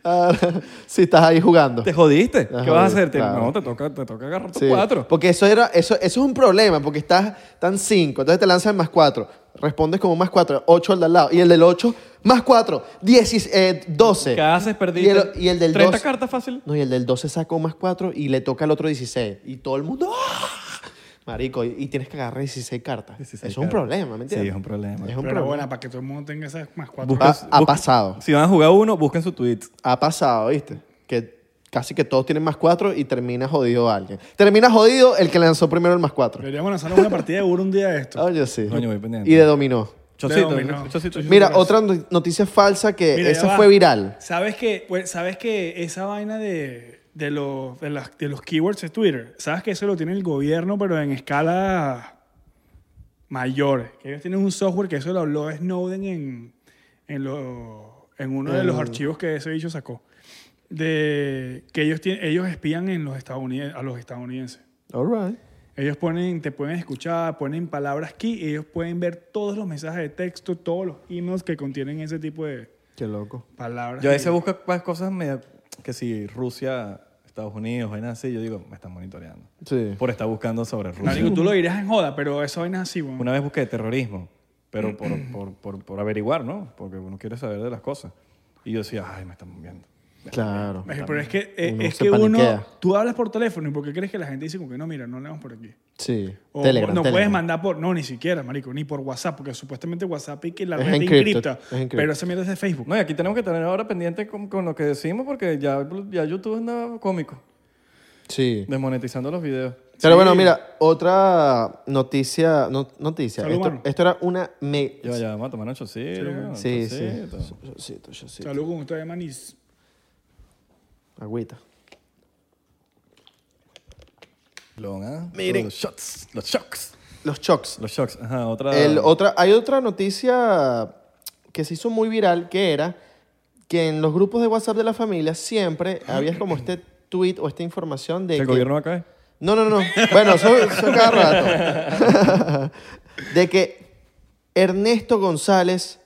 C: Ah, si estás ahí jugando.
D: Te jodiste.
C: Te
D: ¿Qué vas a
C: jodí,
D: hacer? Te-
C: claro.
D: No, te toca, te toca agarrar tus
C: Sí,
D: cuatro.
C: Porque eso era, eso, eso es un problema, porque estás tan cinco, entonces te lanzan más cuatro, respondes como más cuatro, ocho al de al lado, y el del ocho, más cuatro, diecis, eh, doce.
D: ¿Qué haces?
C: Y
D: Perdiste.
C: el, y el del
D: 30
C: 12
D: cartas fácil.
C: No, y el del 12 sacó más 4 y le toca al otro 16. Y todo el mundo. ¡ah! Marico, y, y tienes que agarrar 16 cartas.
D: 16
C: Eso es un
D: cartas.
C: problema, ¿me entiendes?
D: Sí, es un problema.
C: Es un
B: Pero
C: problema.
B: bueno, para que todo el mundo tenga esas más cuatro.
D: Busca-
C: Ha- ha pasado.
D: Si van a jugar uno, busquen su tweet.
C: Ha pasado, ¿viste? Que casi que todos tienen más 4 y termina jodido alguien. Termina jodido el que lanzó primero el más 4.
B: Deberíamos lanzarnos una partida de Uro un día de esto.
C: Oye, sí.
D: Coño, voy pendiente.
C: Y de dominó.
D: Chocito,
B: dominó.
D: chocito.
C: Mira, otra no- noticia falsa que
B: Mira, ya
C: esa
B: va.
C: fue viral.
B: ¿Sabes que, pues, ¿Sabes que esa vaina de, de, los, de, las- de los keywords de Twitter? ¿Sabes que eso lo tiene el gobierno, pero en escala mayor? Que ellos tienen un software que eso lo habló Snowden en, en, lo- en uno de los archivos que ese bicho sacó. De que ellos, tienen, ellos espían en los estadounid- a los estadounidenses.
C: All right.
B: Ellos ponen, te pueden escuchar, ponen palabras key y ellos pueden ver todos los mensajes de texto, todos los emails que contienen ese tipo de
C: Qué loco.
B: palabras.
D: Yo a
B: que-
D: veces busco más cosas media- que si Rusia, Estados Unidos, vainas así, yo digo, me están monitoreando.
C: Sí.
D: Por estar buscando sobre Rusia.
B: Marico, tú lo dirías en joda, pero eso vaina así, weón.
D: Una vez busqué terrorismo, pero por, por, por, por averiguar, ¿no? Porque uno quiere saber de las cosas. Y yo decía, ay, me están viendo.
C: Claro.
B: Es- Pero es que, eh,
C: Uno
B: es
C: se
B: que uno,
C: paniquea.
B: tú hablas por teléfono y porque crees que la gente dice como que no, mira, no leamos por aquí.
C: Sí.
B: O
C: Telegram,
B: no puedes
C: Telegram.
B: mandar por, no, ni siquiera, marico, ni por WhatsApp, porque supuestamente WhatsApp y que la
C: Es
B: red
C: encrypted,
B: encripta,
C: es encrypted.
B: pero esa mierda es de Facebook.
D: No, y aquí tenemos que tener ahora pendiente con, con lo que decimos porque ya, ya YouTube anda cómico,
C: Sí.
D: desmonetizando los videos.
C: Pero bueno, mira, otra noticia. no- noticia.
B: Salud,
C: Esto,
B: mano.
C: esto era una. Me...
D: Ya, ya, vamos a tomar un chocito. weón,
C: Sí, sí.
D: chocito.
C: Chocito, chocito.
B: Salud con ustedes, manis.
C: Agüita.
D: Long, ¿ah?
C: Miren.
D: Los shots. Los shocks.
C: Los shocks.
D: Los shocks. Ajá, otra.
C: El otra, hay otra noticia que se hizo muy viral que era que en los grupos de WhatsApp de la familia siempre había como este tweet o esta información de
D: el
C: que-
D: gobierno va a caer.
C: No, no, no. Bueno, eso, eso cada rato. De que Ernesto González,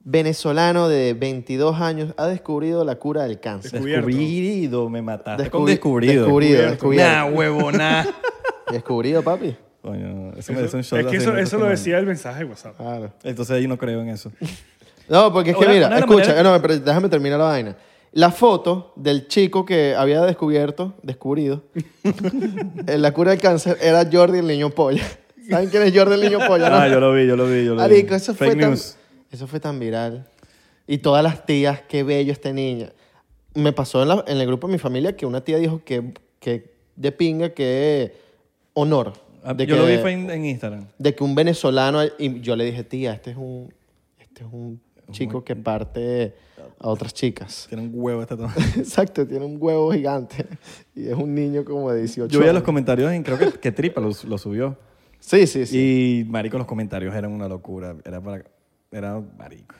C: venezolano de 22 años, ha descubrido la cura del cáncer.
B: Descubierto.
D: Descubrido, me mataste. con
C: Descubri-
D: descubrido.
C: Descubrido,
D: Nah,
C: descubierto.
D: huevona.
C: Descubrido, papi.
D: Coño, eso me
B: Eso-
D: dice un
B: es
D: shot.
B: que
D: así,
B: eso,
D: ¿no?
B: eso lo decía el mensaje de WhatsApp.
C: Claro.
D: Entonces ahí no creo en eso.
C: No, porque es que
D: Una-
C: mira,
D: una de las
C: escucha,
D: maneras-
C: eh, no, pero déjame terminar la vaina. La foto del chico que había descubierto, descubrido, en la cura del cáncer era Jordi el niño polla. ¿Saben quién es Jordi el niño polla? no?
D: Ah, yo lo vi, yo lo vi, yo lo vi.
C: Marico, eso
D: Fake
C: fue, tan,
D: news.
C: eso fue tan viral. Y todas las tías, qué bello este niño. Me pasó en, la- en el grupo de mi familia que una tía dijo que, que de pinga, que honor.
D: Ah,
C: de
D: yo
C: que,
D: lo vi fue en, en Instagram.
C: de que un venezolano y yo le dije tía este es un este es un chico que parte a otras chicas
D: Tiene un huevo esta toma.
C: exacto tiene un huevo gigante y es un niño como de 18
D: Yo vi a los
C: años.
D: comentarios en, creo que, que Tripa lo, lo subió.
C: sí sí sí
D: Y marico, los comentarios eran una locura. Era para... Era marico.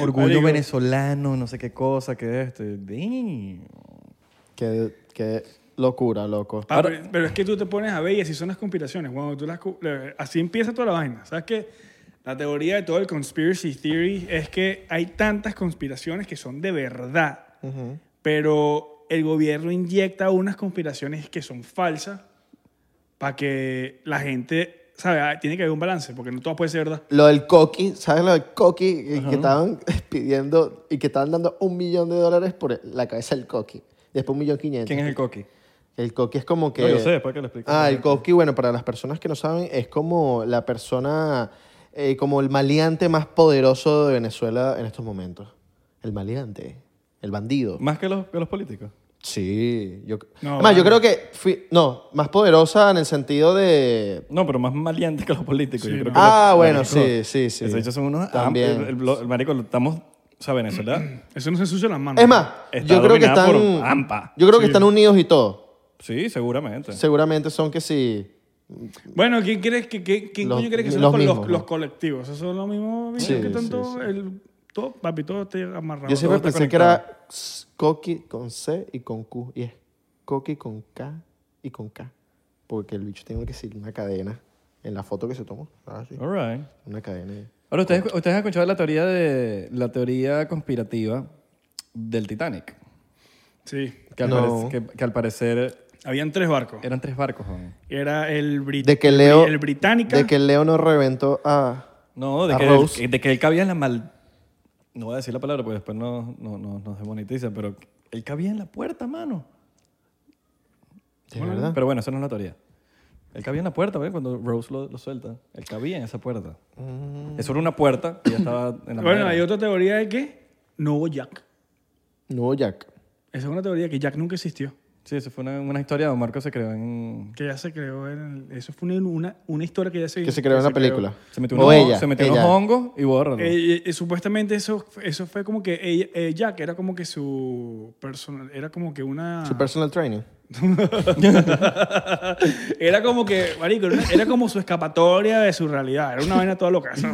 D: Orgullo
B: Marico.
D: venezolano, no sé qué cosa, qué esto. Damn.
C: qué, qué locura loco
B: Ah, pero, pero es que tú te pones a ver y así son las conspiraciones. Cuando tú las, cu- le- así empieza toda la vaina. ¿Sabes qué? La teoría de todo el conspiracy theory es que hay tantas conspiraciones que son de verdad, pero el gobierno inyecta unas conspiraciones que son falsas para que la gente, ¿sabes? Ah, Tiene que haber un balance, porque no todas pueden ser verdad.
C: lo del coqui sabes lo del coqui Y que estaban pidiendo y que estaban dando un millón de dólares por la cabeza del coqui después un millón quinientos
D: ¿Quién es el coqui?
C: El coqui es como que...
D: No, yo sé, después que lo expliques.
C: Ah, el coqui, bueno, para las personas que no saben, es como la persona, eh, como el maleante más poderoso de Venezuela en estos momentos. El maleante, el bandido.
D: Más que los, que los políticos.
C: Sí, yo...
B: No,
C: Además, yo
B: vale.
C: creo que... fui- No, más poderosa en el sentido de...
D: No, pero más maleante que los políticos. yo creo que
C: Ah,
D: los-
C: bueno,
D: marico,
C: sí, sí, sí.
D: Esos bichos son unos...
C: También.
D: También. El, el- lo- el marico, lo- estamos... O sea, Venezuela...
B: Eso no se ensucia las manos.
C: Es más,
D: Está
C: yo creo que
D: dominada
C: están...
D: por AMPA.
C: Yo creo que están unidos y todo.
D: Sí, seguramente.
C: Seguramente son que sí...
B: Bueno, ¿quién crees que, que- quién
C: Los-
B: coño crees que son los,
C: los
B: co- los-
C: mismos,
B: los
C: ¿no?
B: colectivos? Esos son los mismos bichos
C: Sí,
B: que
C: sí,
B: tanto
C: sí.
B: el todo, papi, todo te amarrado.
C: Yo siempre
D: está
C: pensé que era s- Coqui con C y con Q. Y es Coqui con K y con K. Porque el bicho tiene que ser una cadena en la foto que se tomó. Ah, sí.
D: All right.
C: Una cadena.
D: Ahora, ¿ustedes, ustedes han escuchado la teoría, de, la teoría conspirativa del Titanic.
B: Sí.
D: Que al,
C: No.
D: parec- que- que al parecer
B: Habían tres barcos.
D: eran tres barcos. ¿no?
B: Era el, brit
C: De que Leo.
B: el británica.
C: De que Leo no reventó a.
D: No, de
C: A
D: que,
C: Rose.
D: de que él cabía en la mal... No voy a decir la palabra porque después no, no, no, nos demonetiza, pero él cabía en la puerta, mano.
C: ¿De verdad?
D: Pero bueno, esa no es la teoría. Él cabía en la puerta, ¿ves? Cuando Rose lo, lo suelta. Él cabía en esa puerta.
C: Mm.
D: Eso era una puerta y ya estaba en la
B: bueno,
D: madera.
B: hay otra teoría de que no hubo Jack.
C: No hubo Jack.
B: Esa es una teoría de que Jack nunca existió.
D: Sí, eso fue una, una historia de Marco se creó en...
B: Que ya se creó en el- Eso fue una, una, una historia que ya se...
C: Que se creó en la película.
D: Se metió,
C: O
D: unos,
C: ella,
D: se metió
C: ella.
D: unos hongos y bórralo.
B: Eh, eh, supuestamente eso, eso fue como que ella- eh, Jack era como que su personal, era como que una...
C: Su personal training.
B: Era como que, marico, era, era como su escapatoria de su realidad. Era una vaina toda loca. Eso-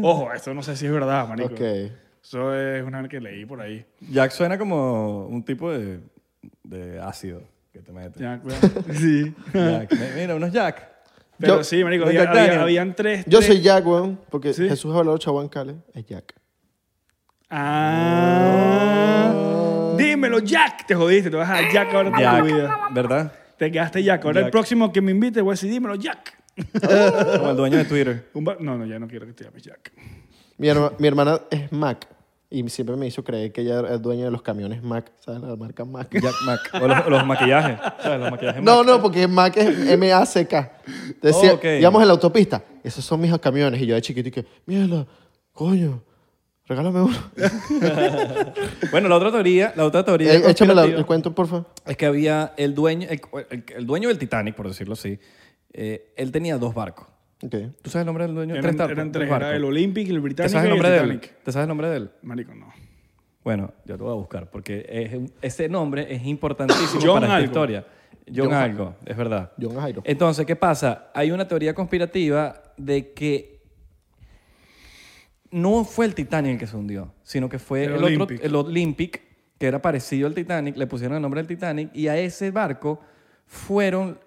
B: ojo, esto no sé si es verdad, marico.
C: Ok.
B: Eso es una vaina que leí por ahí.
D: Jack suena como un tipo de, de ácido que te mete.
B: Jack, weón. sí.
D: Jack. Mi- Mira, unos Jack.
B: Pero
C: Yo-
B: sí, marico,
D: de
B: había-
D: Jack
B: había-
D: Daniel.
B: habían tres.
C: Yo
B: tres-
C: soy Jack, weón. Porque
B: Este Sí.
C: Jesús Hablado Chabón Cale es Jack.
B: Ah. Dímelo, Jack. Te jodiste, te vas a Jack ahora toda tu vida.
D: Jack, ¿verdad?
B: Te quedaste Jack. Ahora el
D: Jack.
B: próximo que me invite voy a decir, dímelo, Jack.
D: Como el dueño de Twitter.
B: Un ba- No, no, ya no quiero que te llames Jack.
C: Mi, herma- mi hermana es Mac. Y siempre me hizo creer que ella es dueña de los camiones Mac, ¿sabes? La marca Mac.
D: Jack Mac. O los, o los maquillajes. ¿Sabes? Los maquillajes
C: No,
D: Mac.
C: no, porque Mac es M-A-C-K. Decía,
D: Oh, Ok.
C: íbamos en la autopista, esos son mis camiones. Y yo de chiquito, y que, mierda, coño, regálame uno.
D: Bueno, la otra teoría, la otra teoría
C: Eh, échame la-
D: conspirativa
C: el cuento, por favor.
D: es que había el dueño, el, el- el dueño del Titanic, por decirlo así, eh, él tenía dos barcos.
C: Ok.
D: ¿Tú sabes el nombre del dueño?
B: Eran,
D: tar-
B: eran
D: dos
B: tres,
D: barcos.
B: era el Olympic, el
D: ¿Te
B: británico
D: sabes
B: y
D: el
B: el
D: nombre de él?
B: Titanic.
D: ¿Te sabes el nombre de él?
B: Marico, no.
D: Bueno, yo lo voy a buscar porque es un- ese nombre es importantísimo
B: John
D: para
B: algo.
D: esta historia. John, algo, es verdad.
C: John Jairo.
D: Entonces, ¿qué pasa? Hay una teoría conspirativa de que no fue el Titanic el que se hundió, sino que fue
B: El
D: el, otro-
B: Olympic.
D: el Olympic, que era parecido al Titanic, le pusieron el nombre del Titanic y a ese barco fueron,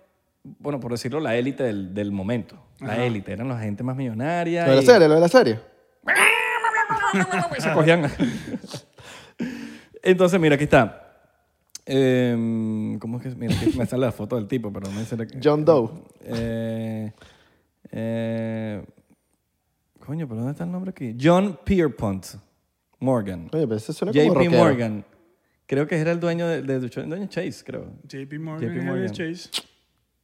D: bueno, por decirlo, la élite del, del momento. La élite, eran la gente más millonaria.
C: ¿Lo de la
D: y-
C: serie? ¿Lo de la serie?
D: se cogían. Entonces, mira, aquí está. Em, ¿Cómo es que? Mira, aquí me sale la foto del tipo, pero no me sale.
C: John Doe.
D: Eh, eh, coño, ¿pero dónde está el nombre aquí? John Pierpont Morgan.
C: Oye, pero ese suena como
D: JP
C: rockero.
D: Morgan. Creo que era el dueño de, de- de- dueño de Chase, creo.
B: JP Morgan,
D: JP
B: Harry
D: Morgan.
B: Chase.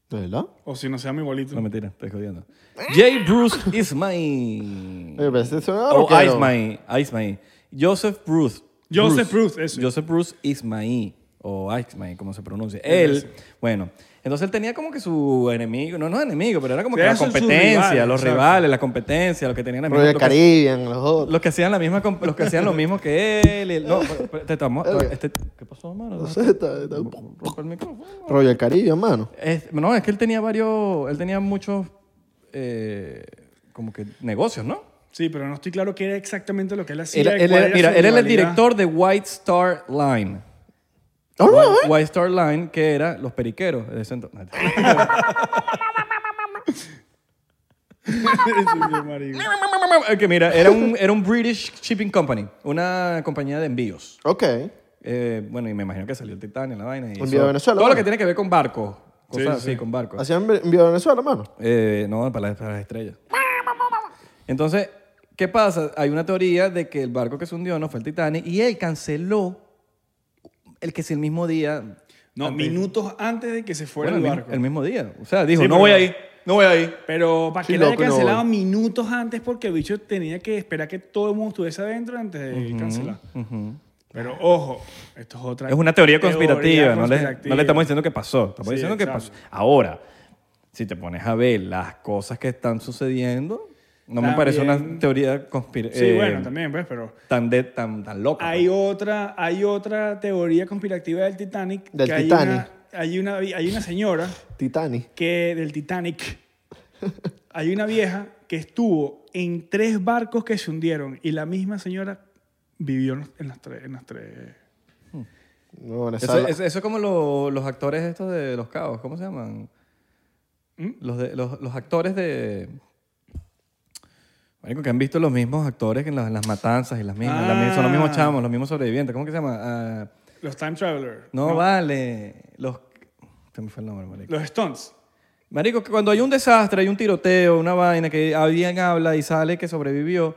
C: ¿De verdad?
B: O si no sea mi bolito.
D: No, mentira, estoy jodiendo. J. Bruce Ismay.
C: Oye, pero ese suena
D: O
C: rockero.
D: Oh, Ismay. Ismay. Joseph Bruce.
B: Joseph Bruce, eso.
D: Joseph Bruce Ismay. O Ismay, como se pronuncia. Él, bueno. Entonces él tenía como que su enemigo, no, no enemigo, pero era como que
B: Era
D: la
B: su- sus
D: competencia,
B: rivales,
D: los
B: exacto.
D: rivales, la competencia, los que tenían la misma-
C: Royal
D: los que-
C: Caribbean, los otros.
D: los que hacían la misma comp- los que hacían lo mismo que él. y él- no, pero- pero te estamos- este- ¿Qué pasó, mano?
C: No sé, está- está-
D: Rompe el micrófono.
C: Royal Caribbean, mano.
D: Es- no, es que él tenía varios, él tenía muchos, eh, como que negocios, ¿no?
B: Sí, pero no estoy claro qué era exactamente lo que él hacía.
D: Él- él
B: cuál
D: era-
B: era
D: mira,
B: su
D: él era el
B: rivalidad.
D: director de White Star Line.
C: All
D: White,
C: right.
D: White Star Line, que era los periqueros. de ese entonces.
B: Sí, sí, marico.
D: que mira, era un, era un British Shipping Company, una compañía de envíos.
C: Ok.
D: Eh, bueno, y me imagino que salió el Titanic, la vaina. Y
C: Envío
D: eso.
C: a Venezuela,
D: Todo
C: ¿no?
D: lo que tiene que ver con barcos. Cosas así, con barcos.
C: ¿Hacían envío a Venezuela, mano?
D: Eh, no, para las, para las estrellas. Entonces, ¿qué pasa? Hay una teoría de que el barco que se hundió no fue el Titanic y él canceló el que si el mismo día.
B: No,
D: antes-
B: minutos antes de que se fuera
D: Bueno, el,
B: el
D: mismo-
B: barco.
D: el mismo día. O sea, dijo,
B: Sí,
D: no
B: pero-
D: voy ahí, no voy ahí.
B: Pero para
C: Sí,
B: que lo haya
C: loco, no
B: cancelado
C: voy.
B: minutos antes porque el bicho tenía que esperar que todo el mundo estuviese adentro antes de cancelar. Pero ojo, esto es otra
D: Es una teoría conspirativa,
B: teoría
D: no, le,
B: conspirativa.
D: no le estamos diciendo que pasó, estamos
B: Sí,
D: diciendo que
B: exacto.
D: pasó. Ahora, si te pones a ver las cosas que están sucediendo, no me parece una
B: También-
D: teoría conspirativa.
B: Sí, bueno, también, pues, pero...
D: Tan, de- tan, tan loca. pues.
B: Hay otra, hay otra teoría conspirativa del Titanic.
C: Del
B: hay
C: Titanic.
B: una- Hay una, hay, una, señora
C: Titanic.
B: que del Titanic. Hay una vieja que estuvo en tres barcos que se hundieron y la misma señora vivió en los- en las tres. En las tres.
C: No,
D: Eso,
C: Venezuela.
D: eso- eso es como lo- los actores estos de Los Cabos, ¿cómo se llaman? Los, de- los, los actores de... Marico, que han visto los mismos actores que en las, en las matanzas y las mismas. las mismas- son los mismos
B: Ah.
D: chamos, los mismos sobrevivientes. ¿Cómo que se llama? Ah,
B: Los Time Traveler.
D: no, vale. Los... Se me fue el nombre, marico.
B: Los Stones.
D: Marico, que cuando hay un desastre, hay un tiroteo, una vaina que alguien habla y sale que sobrevivió,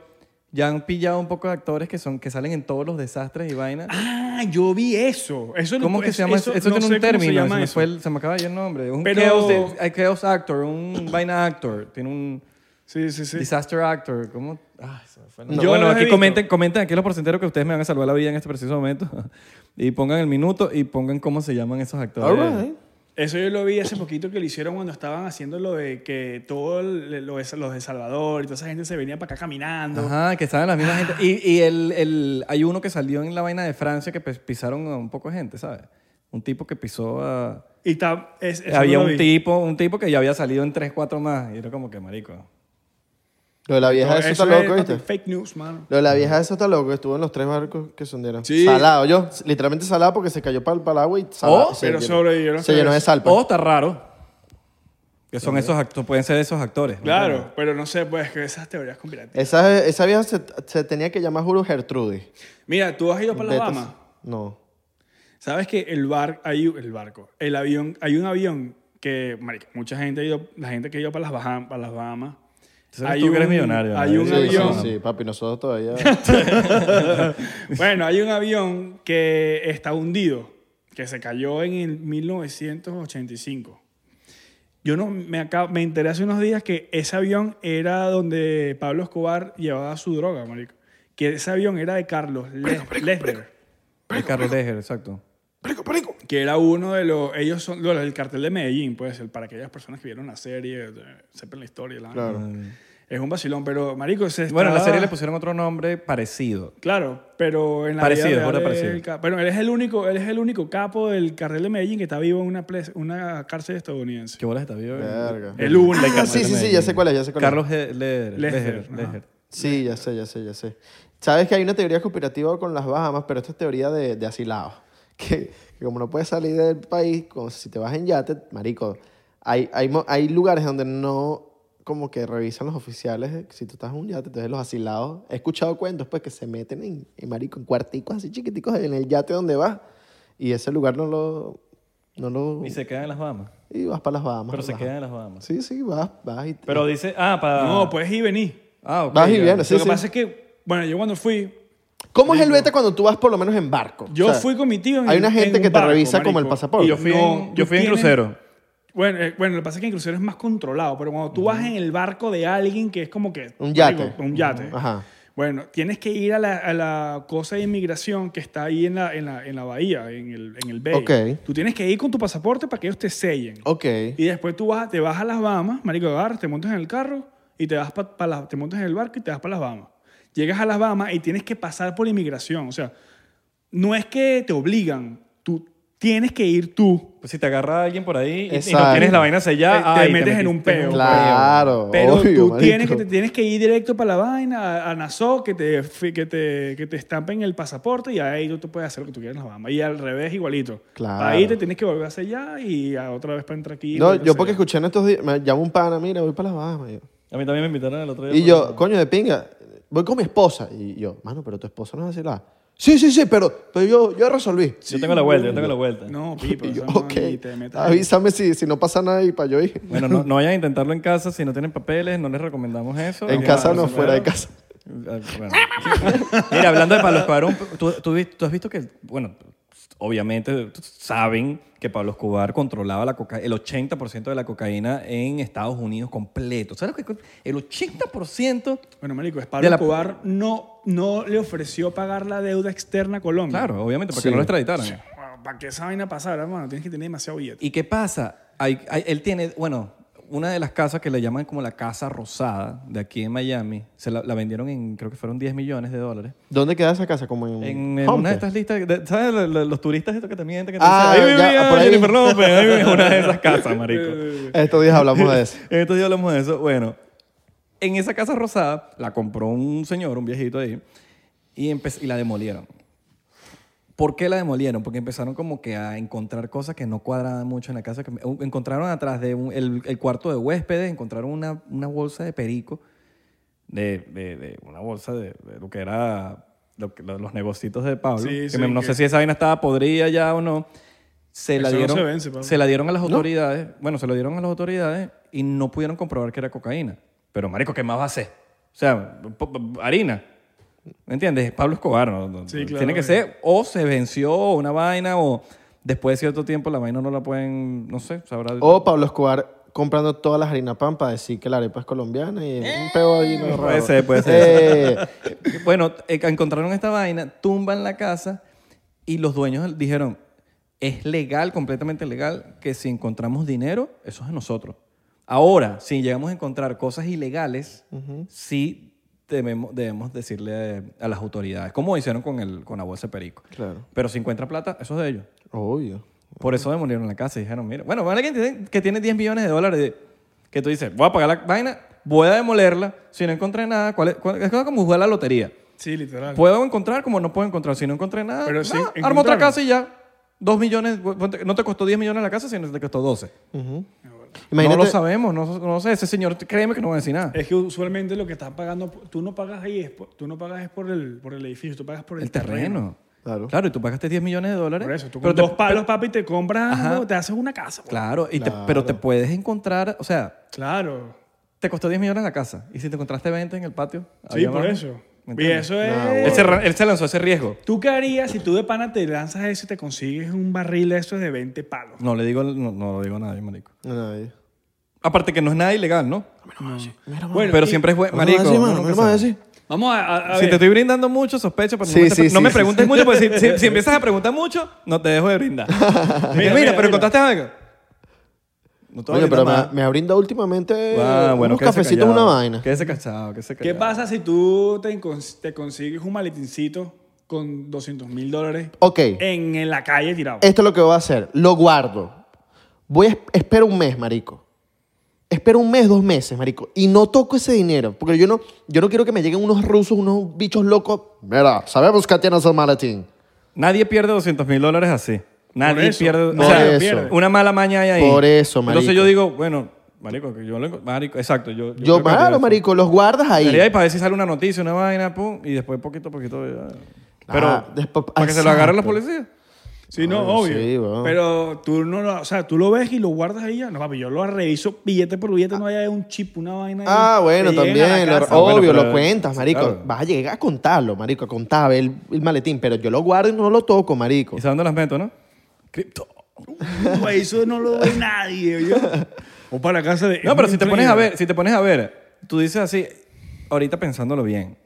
D: ya han pillado un poco de actores que, son, que salen en todos los desastres y vainas.
B: Ah, yo vi eso. pues, eso no-
D: ¿Cómo que se llama?
B: no
D: Eso, tiene
B: sé
D: un
B: cómo se
D: término. Se,
B: llama
D: me
B: eso.
D: fue el- se me acaba de ir el nombre. Un
B: Pero-
D: chaos, de- hay chaos actor, un vaina actor, tiene un
B: Sí, sí, sí.
D: disaster actor. ¿Cómo? Ah, se me fue el nombre.
B: Yo
D: bueno,
B: los he
D: aquí
B: visto.
D: comenten, comenten aquí los porcenteros que ustedes me van a salvar la vida en este preciso momento. y pongan el minuto y pongan cómo se llaman esos actores.
C: All right.
B: Eso yo lo vi hace poquito que lo hicieron cuando estaban haciendo lo de que todo el- lo de- los de Salvador y toda esa gente se venía para acá caminando.
D: Ajá, que estaban las mismas gente. Y, y el, el- hay uno que salió en la vaina de Francia que pis- pisaron a un poco de gente, ¿sabes? Un tipo que pisó a...
B: Y está, es- eso
D: había
B: no lo vi.
D: un tipo, un tipo que ya había salido en tres, cuatro más. Y era como que, marico,
C: Lo de la vieja
B: No,
C: de eso
B: eso
C: está
B: es
C: loco,
B: papi,
C: ¿viste?
B: fake news, mano.
C: Lo de la vieja de eso está loco. Estuvo en los tres barcos que se hundieron.
B: Sí.
C: Salado, yo. Literalmente salado porque se cayó para el agua y salado.
D: Oh,
C: se
B: pero
C: llenó-
B: sobrevivieron
C: Se
B: hasta
C: llenó de
B: eso.
C: sal. pues.
D: O está raro. Que son esos actores, pueden ser esos actores. ¿no?
B: Claro, pero no sé, pues que esas teorías conspirativas.
C: Esa, esa vieja se, se tenía que llamar, juro, Gertrudis.
B: Mira, tú has ido para las
C: Betas-
B: Bahamas.
C: No.
B: ¿Sabes que el bar, hay el barco, el avión, hay un avión que, marico, mucha gente ha ido, la gente que ha ido para las Bahamas, para las Bahamas
D: Entonces,
B: Hay
D: tú que eres
B: un-
D: millonario.
B: hay
D: ¿no?
B: un
D: Sí,
B: avión.
D: sí, sí.
C: sí, papi, nosotros todavía.
B: Bueno, hay un avión que está hundido, que se cayó en el 1985. Yo no me, acabo, me enteré hace unos días que ese avión era donde Pablo Escobar llevaba su droga, marico. Que ese avión era de Carlos Le- Lesler,
D: El Carlos Leger, exacto.
B: que era uno de los... Ellos son los del cartel de Medellín, puede ser, para aquellas personas que vieron la serie, eh, sepan la historia. la-
C: Claro.
B: Es un vacilón, pero, marico, se
D: Bueno, en la
B: estaba-
D: serie le pusieron otro nombre parecido.
B: Claro, pero en la
D: Parecido,
B: vida
D: es
B: real
D: verdad,
B: es
D: parecido.
B: el ca- Bueno, él es el único, él es el único capo del cartel de Medellín que está vivo en una, ple- una cárcel estadounidense.
D: ¿Qué bolas está vivo?
C: Verga.
B: El único.
C: Ah, sí, sí, sí, ya sé cuál es, ya sé cuál es.
D: Carlos He- Leger.
B: Leger,
D: Leger,
B: ajá.
D: Leger.
C: Sí, ya sé, ya sé, ya sé. Sabes que hay una teoría conspirativa con las Bahamas, pero esta es teoría de, de asilados. Que, que como no puedes salir del país, como si te vas en yate, marico, hay, hay, mo- hay lugares donde no como que revisan los oficiales eh, si tú estás en un yate, entonces los asilados, he escuchado cuentos pues que se meten en, en, marico, en cuarticos así chiquiticos en el yate donde vas y ese lugar no lo... No lo
D: Y se quedan en las Bahamas.
C: y vas para las Bahamas.
D: Pero se
C: relajado.
D: quedan en las Bahamas.
C: Sí, sí, vas, vas y...
D: Pero dice, ah, para...
B: No, puedes ir y venir.
D: Ah, ok,
C: vas y
D: ya.
C: vienes, sí,
B: Lo que
C: sí.
B: pasa es que, bueno, yo cuando fui,
C: ¿Cómo es el beta cuando tú vas por lo menos en barco?
B: yo
C: O sea,
B: fui con mi tío. en-
C: Hay una
B: en
C: gente
B: un
C: que te
B: barco,
C: revisa como el
B: marico,
C: pasaporte.
B: y
D: Yo fui,
B: No,
D: en, yo
B: tú
D: fui en
B: tienes-
D: crucero.
B: Bueno, eh, bueno, lo que pasa es que en crucero es más controlado, pero cuando tú vas en el barco de alguien que es como que...
C: Un yate.
B: marico, un yate.
C: Ajá.
B: Bueno, tienes que ir a la, a la cosa de inmigración que está ahí en la, en la, en la bahía, en el, en el bay.
C: Ok.
B: Tú tienes que ir con tu pasaporte para que ellos te sellen.
C: Ok.
B: Y después tú vas, te vas a las Bahamas, marico, agarras, te montas en el carro y te vas pa- pa las- te montas en el barco y te vas para las Bahamas. Llegas a las Bahamas y tienes que pasar por inmigración. O sea, no es que te obligan, tú tienes que ir tú.
D: Pues si te agarra alguien por ahí y- y, no
C: Exacto.
D: tienes la vaina sellada,
B: Te- te
D: ay,
B: metes en
D: metiste
B: un peo.
C: Claro.
B: Pero
C: obvio,
B: tú
C: marico.
B: tienes que, te tienes que ir directo para la vaina, a, a Nassau, que te, fi- que, te, que te estampen el pasaporte y ahí tú, tú puedes hacer lo que tú quieras en las Bahamas. Y al revés, igualito.
C: Claro.
B: Ahí te tienes que volver hacia allá y a- otra vez para entrar aquí.
C: No,
B: volver
C: yo
B: hacia
C: porque
B: allá.
C: escuché en estos días, me llama un pana, mira, voy para las Bahamas. yo.
D: A mí también me invitaron el otro día.
C: Y
D: por-
C: yo, coño de pinga, voy con mi esposa. Y yo, mano, pero tu esposa no es así la... Sí, sí, sí, pero, pero yo, yo resolví.
D: Yo tengo la vuelta, yo tengo la vuelta.
B: No, pipa.
C: Y yo,
B: o sea, no,
C: ok,
B: ni te metas ahí.
C: avísame si, si no pasa nada y para yo ir.
D: Bueno, no, no vayan a intentarlo en casa si no tienen papeles, no les recomendamos eso.
C: en
D: Y
C: casa
D: nada,
C: no,
D: se
C: fuera de
D: fueron.
C: casa.
D: Ah, bueno. Mira, hablando de Pablo Escobar, un- ¿tú, tú, vi- tú has visto que, bueno, obviamente saben que Pablo Escobar controlaba la coca el 80% de la cocaína en Estados Unidos completo. ¿Sabes lo que? El 80%,
B: Bueno, marico, es
D: De
B: Pablo
D: la-
B: Escobar no, no le ofreció pagar la deuda externa a Colombia.
D: claro, obviamente, para
C: Sí.
D: que no lo extraditaran.
B: Bueno, para que esa vaina pasara, hermano, tienes que tener demasiado billete.
D: ¿Y qué pasa? Hay- hay- él tiene, bueno, una de las casas que le llaman como la Casa Rosada de aquí en Miami, se la, la vendieron en, creo que fueron 10 millones de dólares.
C: ¿Dónde queda esa casa? Como en,
D: En, en una
C: Homestead.
D: de estas listas, de- ¿sabes? Lo- lo- Los turistas estos que te mienten, que te
C: Ah,
D: dicen, ahí
C: ya,
D: vivía
C: por ahí".
D: Jennifer López, ahí vivía una de esas casas, marico.
C: Estos días hablamos de eso.
D: Estos días hablamos de eso. Bueno, en esa casa rosada la compró un señor, un viejito ahí, y, empe- y la demolieron. ¿Por qué la demolieron? Porque empezaron como que a encontrar cosas que no cuadraban mucho en la casa. que- Encontraron atrás de un- el, el cuarto de huéspedes, encontraron una, una bolsa de perico, de, de- de una bolsa de, de lo que era lo que- lo- los negocitos de Pablo.
B: Sí,
D: que
B: sí,
D: me- no
B: que-
D: sé si esa vaina estaba podrida ya o no. Se la
B: Eso no
D: dieron,
B: se vence, Pablo.
D: la dieron a las autoridades. Bueno, se lo dieron a las autoridades y no pudieron comprobar que era cocaína. Pero, marico, ¿qué más va a hacer? O sea, po- po- harina. ¿Me entiendes? Pablo Escobar. ¿no? No-
B: Sí, claro, eh.
D: Tiene que
B: obvio.
D: ser o se venció una vaina o después de cierto tiempo la vaina no la pueden, no sé, sabrá.
C: O Pablo Escobar comprando todas las harinas pan para decir que la arepa es colombiana y un peo ahí. medio
D: Eh. puede
C: raro.
D: ser, puede ser.
C: Eh,
D: Bueno, eh, encontraron esta vaina, tumban la casa y los dueños dijeron, es legal, completamente legal, que si encontramos dinero, eso es de nosotros. Ahora, si llegamos a encontrar cosas ilegales, sí tememo- debemos decirle eh, a las autoridades, como hicieron con, el, con la bolsa de perico.
C: Claro.
D: Pero si encuentran plata, eso es de ellos.
C: obvio.
D: Por eso demolieron la casa y dijeron, mira, bueno, vale que tiene, que tiene 10 millones de dólares, que tú dices, voy a pagar la vaina, voy a demolerla, si no encontré nada, ¿cuál es, cuál- es como jugar a la lotería.
B: Sí, literal.
C: Pues-
D: Puedo encontrar como no puedo encontrar, si no encontré nada,
B: Pero
D: nada,
B: sí
D: armo
B: encontraron.
D: otra casa y ya. Dos millones, ponte- no te costó 10 millones la casa, sino que te costó 12.
C: Imagínate,
D: No lo sabemos, no, no sé, ese señor, créeme que no va a decir nada.
B: Es que usualmente lo que estás pagando, tú no pagas ahí, es por- tú no pagas es por el, por el edificio, tú pagas por el,
D: El terreno.
C: Claro.
D: y tú pagaste 10 millones de dólares.
B: Por eso, tú
D: pero
B: con
D: te-
B: dos palos, papi, te compras,
D: Ajá.
B: algo, te haces una casa. pues. güey.
D: Claro, y te- pero te puedes encontrar, o sea,
B: Claro.
D: Te costó 10 millones la casa. Y si te encontraste 20 en el patio.
B: Sí,
D: allá
B: por
D: abajo,
B: eso. Y
D: ¿me entiendes?
B: eso es.
C: Nah, bueno.
D: Él se, ra- él se lanzó ese riesgo.
B: ¿Tú qué harías si tú de pana te lanzas eso y te consigues un barril de esos de 20 palos?
D: No le digo, no, no lo digo a nadie, marico.
C: No, nadie.
D: Aparte que no es nada ilegal, ¿no?
B: Bueno,
D: pero
B: y-
D: siempre es bueno,
C: No me vas a
D: marico.
C: decir,
D: uno
C: mano, no
D: nunca
C: me vas a
D: sabe.
C: decir.
B: Vamos a. a- a
D: si
B: ver.
D: te estoy brindando mucho, sospecho, pero
C: Sí,
D: no me, te-
C: sí,
D: no
C: sí,
D: me
C: sí,
D: preguntes
C: sí.
D: mucho, porque si, si- si empiezas a preguntar mucho, no te dejo de brindar. mira,
B: Mira,
D: mira,
B: mira, mira.
D: pero contaste algo. No te voy a
C: Oye, pero
D: brindar
C: me,
D: más.
C: me ha brindado últimamente
D: Ah, bueno,
C: unos
D: quédese
C: cafecitos,
D: callado.
C: una vaina.
D: Quédese cachado, quédese
B: ¿Qué
D: callado.
B: pasa si tú te, encon- te consigues un maletincito con 200 mil dólares
C: Ok.
B: en, en la calle tirado?
C: Esto es lo que voy a hacer. Lo guardo. Voy a es- espero un mes, marico. Espero un mes, dos meses, marico. Y no toco ese dinero. Porque yo no, yo no quiero que me lleguen unos rusos, unos bichos locos. Mira, sabemos que tienes el maletín.
D: Nadie pierde 200 mil dólares así. Nadie
B: eso,
D: pierde.
C: por
D: o sea,
C: eso.
D: pierde. una mala maña hay ahí.
C: Por eso, marico.
D: Entonces yo digo, bueno, marico, que yo lo enco- marico, exacto.
C: Yo,
D: Yo, creo que haría
C: claro,
D: eso.
C: marico, los guardas ahí.
D: Haría ahí para ver si sale una noticia, una vaina, pum, y después poquito a poquito. ya. Pero
C: Ah, después-
D: para que se lo agarren los
C: exacto.
D: policías.
B: Sí, no,
D: Ah,
C: Bueno,
B: obvio.
C: sí, bueno.
B: Pero tú no lo, o sea, tú lo ves y lo guardas ahí ya. No, papi, yo lo reviso billete por billete, no haya un chip, una vaina. ahí.
C: Ah, bueno,
B: Que lleguen a la
C: también. lo-
B: casa.
D: Ah, bueno,
C: obvio,
D: pero-
C: lo cuentas, marico.
D: claro.
C: Vas a llegar a contarlo, marico, a contar a ver el, el maletín. Pero yo lo guardo y no lo toco, marico.
D: ¿Y sabes dónde las meto, no? Cripto.
B: Güey, Eso no lo ve nadie. ¿oyó? O para la casa de.
D: No, pero si te pones a ver, si te pones a ver, tú dices así, ahorita pensándolo bien,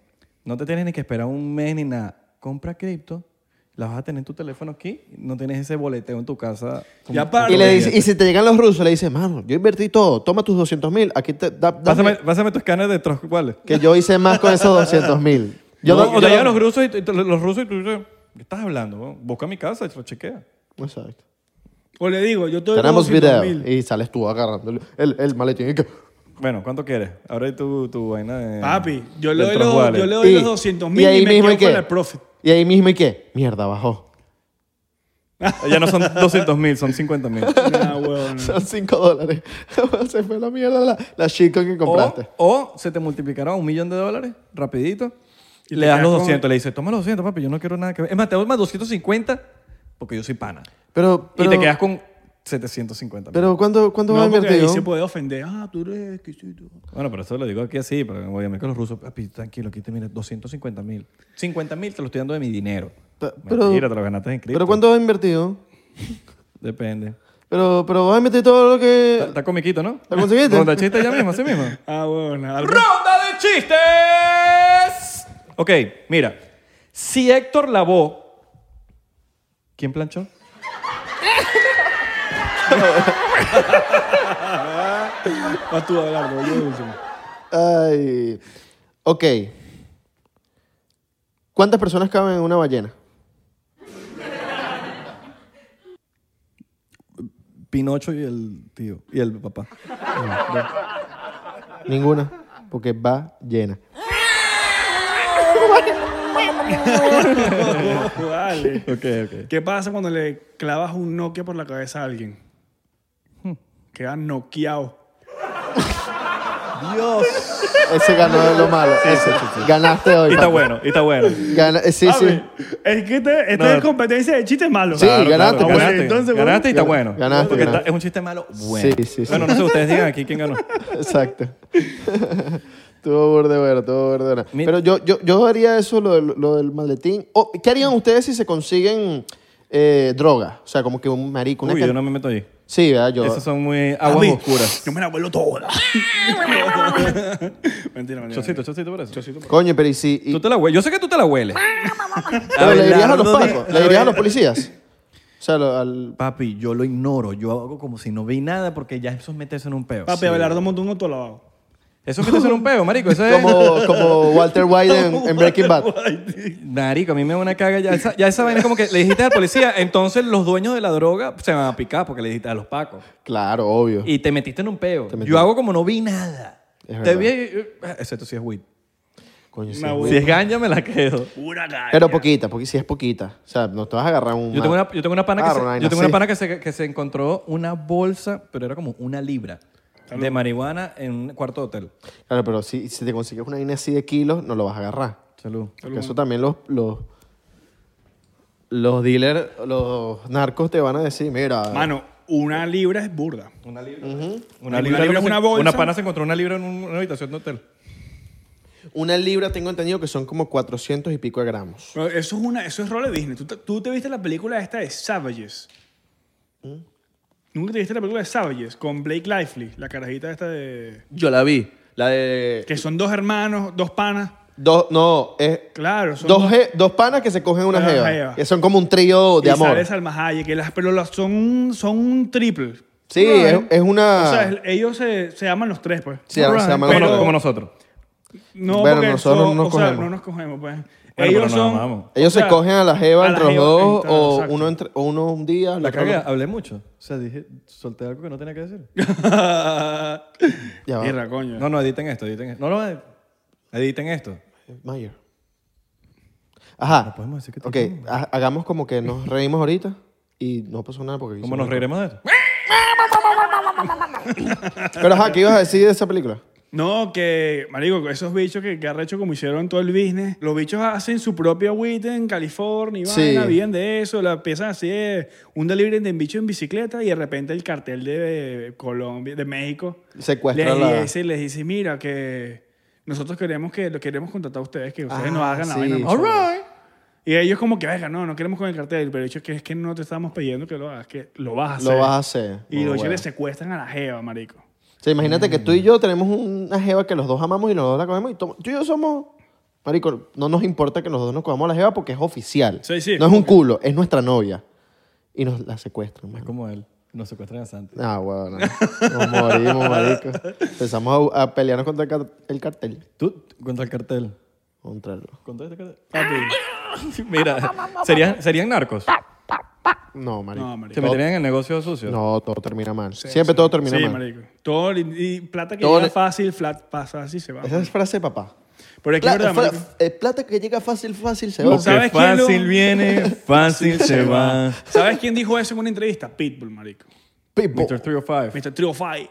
D: no te tienes ni que esperar un mes ni nada. Compra cripto, la vas a tener en tu teléfono aquí, no tienes ese boleteo en tu casa.
B: Ya para-
C: Y, le
B: Claro,
C: dice- y si te llegan los rusos, le dices, mano, yo invertí todo, toma tus 200 mil, aquí te da, dame
D: Pásame, pásame tu escáner de Trust Wallet.
C: que yo hice más con esos 200 mil. Yo
D: No,
C: no-
D: o te
C: yo
D: llegan
C: no-
D: los rusos y, tú- y tú- los rusos y tú dices, ¿qué estás hablando? weón? Busca mi casa y te lo chequea.
C: Exacto.
B: O le digo, yo te doy
C: Tenemos
B: 200
C: video
B: mil.
C: y sales tú agarrando el, el, el maletín y que-
D: Bueno, ¿cuánto quieres? Ahora hay tu, tu vaina de...
B: Papi, yo le
D: del
B: doy
D: Trust
B: los,
D: Wallet.
B: yo le doy los
C: y-
B: 200 mil y,
C: ahí
B: me
C: mismo
B: quedo
C: qué?
B: con el profit.
C: Y ahí mismo y qué? Mierda, bajó.
D: Ya no son 200 mil, son 50 mil.
B: Nah, huevón.
C: Son 5 dólares. Se fue la mierda la, la shitcoin que
D: O,
C: compraste.
D: o se te multiplicará un millón de dólares rapidito
B: Y te
D: y le das
B: quedas
D: los
B: con-
D: 200. Le dices, toma los 200, papi, yo no quiero nada que ver. Es más, te doy más 250 porque yo soy pana.
C: Pero, pero,
D: y te quedas con 750. mil.
C: pero ¿cuánto, cuánto vas a
B: No, porque
C: invertir?
B: ahí
C: no?
B: se puede ofender. Ah, tú eres exquisito.
D: Bueno, pero eso lo digo aquí así, pero obviamente que los rusos, papi, tranquilo, aquí te mira 250 mil. 50 mil te lo estoy dando de mi dinero.
C: Pa- pero-
D: Mentira, te lo ganaste en cripto.
C: ¿Pero cuánto has invertido?
D: Depende.
C: Pero, pero vas a invertir todo lo
D: Está-
C: que...
D: Está comiquito, ¿no?
C: ¿La conseguiste?
D: Ronda de chistes ya mismo, así mismo.
B: Ah, huevón. Al-
D: ¡Ronda de chistes! Ok, mira. Si Héctor lavó. ¿Quién planchó?
B: Vas tú a hablar, yo de último.
C: Ay. Ok. ¿Cuántas personas caben en una ballena?
D: Pinocho y el tío. Y el papá.
C: Ninguna. Porque va llena.
B: Ojo, dale.
D: Ok, ok.
B: ¿Qué pasa cuando le clavas un Nokia por la cabeza a alguien?
D: Hmm.
B: Queda noqueado.
D: Dios.
C: Ese ganó lo malo. Ese. Ganaste hoy.
D: Y está
C: papi.
D: bueno, y está bueno.
C: Gana- eh, sí, sí.
B: Papi, Es que te- esta
D: No.
B: es competencia de chistes malos.
C: Sí, Claro, ganaste,
D: Ganaste,
C: claro.
B: Ah,
D: ganaste,
B: bueno, entonces, bueno,
D: ganaste y está bueno.
C: Ganaste,
D: Porque
C: ganaste.
D: está- es un chiste malo bueno.
C: Sí, sí, sí.
D: Bueno, no sé, ustedes digan aquí quién ganó.
C: Exacto. Tuvo burde bueno, tuvo burde bueno.
D: Mi-
C: Pero yo, yo, yo haría eso, lo, del- lo del maletín. O, ¿Qué harían ustedes si se consiguen eh, droga? O sea, como que un marico. Una
D: Uy,
C: can-
D: yo no me meto ahí.
C: Sí, ¿verdad? Yo...
D: Esas son muy aguas
B: papi,
D: oscuras.
B: Yo me la vuelo toda. mentira, mentira.
D: Chocito, chocito por eso.
C: Coño, pero y si... y-
D: Tú te la hueles. Yo sé que tú te la hueles.
C: Pero le dirías a los
D: Abelardo de-
C: pacos, le dirías a los policías. O sea, lo- al...
D: Papi, yo lo ignoro. Yo hago como si no vi nada porque ya eso es meterse en un peo.
B: Papi, Abelardo montó un autolavado.
D: Eso es meterse en un peo, marico. Eso es...
C: como, como Walter White en, en Breaking Bad.
D: Marico, a mí me da una caga. Ya esa, ya esa vaina es como que le dijiste al policía, entonces los dueños de la droga se van a picar porque le dijiste a los pacos.
C: Claro, obvio.
D: Y te metiste en un peo.
C: Te metí.
D: Yo hago como no vi nada.
C: Es
D: te
C: verdad.
D: vi... eh, Excepto si es weed.
C: Coño, sí.
B: Una
D: Si es ganja, me la quedo.
B: Pura calle.
C: Pero poquita, porque si es poquita. O sea, no te vas a agarrar un...
D: Yo tengo una, yo tengo una pana, que
C: Ah,
D: se,
C: una vaina
D: yo tengo una
C: así.
D: pana que, se, que se encontró una bolsa, pero era como una libra de marihuana en un cuarto de hotel.
C: Claro, pero si, si te consigues una línea así de kilos, no lo vas a agarrar.
D: Salud.
C: Porque eso también los, los, los dealers, los narcos te van a decir, mira,
B: Mano, una libra es burda.
D: Una libra.
B: Una libra es
D: se-
B: una bolsa.
D: Una pana se encontró una libra en un- una habitación de hotel.
C: Una libra tengo entendido que son como 400 y pico de gramos.
B: Pero Eso es, una, eso es rol de Disney. ¿Tú te, tú te viste la película esta de Savages. ¿Nunca te viste la película de Savages con Blake Lively, la carajita esta de...
C: Yo la vi. La de...
B: Que son dos hermanos, dos panas.
C: Dos, no, es...
B: Claro, son
C: Dos, je- dos panas que se cogen una
B: Una
C: jeva.
B: jeva.
C: Que son como un trío de
B: y
C: amor.
B: sale Salma Hayek, que las pelolas son, un- son un triple.
C: Sí, es,
B: Right.
C: es una...
B: O sea, el- ellos se, se aman los tres, pues.
C: Sí, se llaman
D: Como,
B: pero-
D: no- como nosotros.
B: No,
C: Bueno,
B: porque
C: nosotros
B: son-
C: no
B: o sea,
C: cogemos.
B: no nos cogemos, pues.
D: pero
B: ellos
D: nos
B: son...
D: amamos.
C: Ellos
B: o sea,
C: se cogen a la jeva
B: a la
C: entre los
B: jeva,
C: dos
B: entra-
C: o
B: exacto.
C: uno, entre, o uno un día.
D: La
C: otro
D: cagué,
C: no.
D: hablé mucho. O sea, dije, solté algo que no tenía que decir.
C: Ya va.
B: Mierda, coño.
D: No, no, editen esto, editen esto. No, no, eh. ed- editen esto.
C: Mayer. Ajá.
D: No podemos decir que te
C: Ok, ha- hagamos como que nos reímos ahorita y no pasó nada porque...
D: ¿Cómo nos reiremos de esto?
C: Pero ajá, ¿qué ibas a decir de esa película?
B: No, que, marico, esos bichos que, que arrecho como hicieron todo el business, los bichos hacen su propia WIT en California y
C: Sí.
B: vaina, viven de eso, la empiezan así, de un delivery de bicho en bicicleta y de repente el cartel de Colombia, de México,
C: Secuestra
B: les
C: la...
B: dice, les dice, mira, que nosotros queremos que lo queremos contratar a ustedes, que ustedes
C: Ah,
B: nos hagan la
C: sí,
B: vaina. a
C: sí.
B: nosotros". Y ellos como que, venga, no, no queremos con el cartel, pero el hecho es que es que no te estamos pidiendo que lo hagas, que lo vas a hacer.
C: Lo vas a
B: Y
C: hacer.
B: los
C: Oh,
B: bichos
C: bueno.
B: le secuestran a la jeva, marico.
C: O sea, imagínate que tú y yo tenemos una jeva que los dos amamos y los dos la cogemos y toma- tú y yo somos... Marico, no nos importa que los dos nos cogamos a la jeva porque es oficial.
B: Sí, sí,
C: no es
B: como
C: un culo, es nuestra novia. Y nos la secuestran,
D: Es
C: marico.
D: como él. Nos secuestran a Santi.
C: Ah, bueno. Nos morimos, marico. Empezamos a, a pelearnos contra el, car- el cartel.
D: Tú, contra el cartel.
C: Contra el-
D: Contra este cartel. Ah, Mira, serían, serían narcos.
C: No, marico.
B: No, marico.
D: Se meterían en el negocio sucio.
C: No, todo termina mal. Siempre todo termina
B: sí,
C: mal.
B: marico. Todo, y y plata que
C: Todo
B: llega
C: le-
B: fácil, flat, pasa así se va.
C: Esa es frase de papá.
B: Pero es que es
C: Pla-
B: verdad,
C: fra-
B: marico.
C: eh, plata que llega fácil, fácil se
D: Lo
C: va.
B: Usa-
D: que
B: ¿Sabes quién lo-
D: fácil viene, fácil se va.
B: ¿Sabes quién dijo eso en una entrevista? Pitbull, marico.
C: People.
D: Mr. 305.
B: Mr. Trio Fight.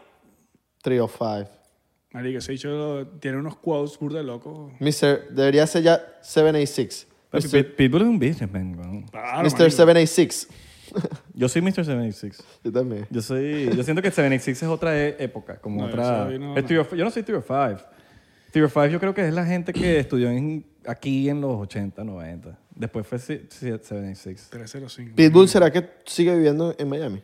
C: Three of five.
B: Marico, ese dicho tiene unos quotes burda locos.
C: Mr. Debería ser ya 786.
D: Papi,
C: Mr.
D: Pit- Pitbull es un businessman, weón.
B: Claro, marico.
C: Mr. 786.
D: Yo soy Mr. 76.
C: Yo también.
D: Yo soy. Yo siento que 76 es otra e- época, como
B: No,
D: otra.
B: yo soy- no,
D: es
B: no.
D: Three of- yo no soy 305. 305 yo creo que es la gente que estudió en- aquí en los 80, 90. Después fue si- si- 76.
B: 305.
C: Pitbull, ¿será que sigue viviendo en Miami?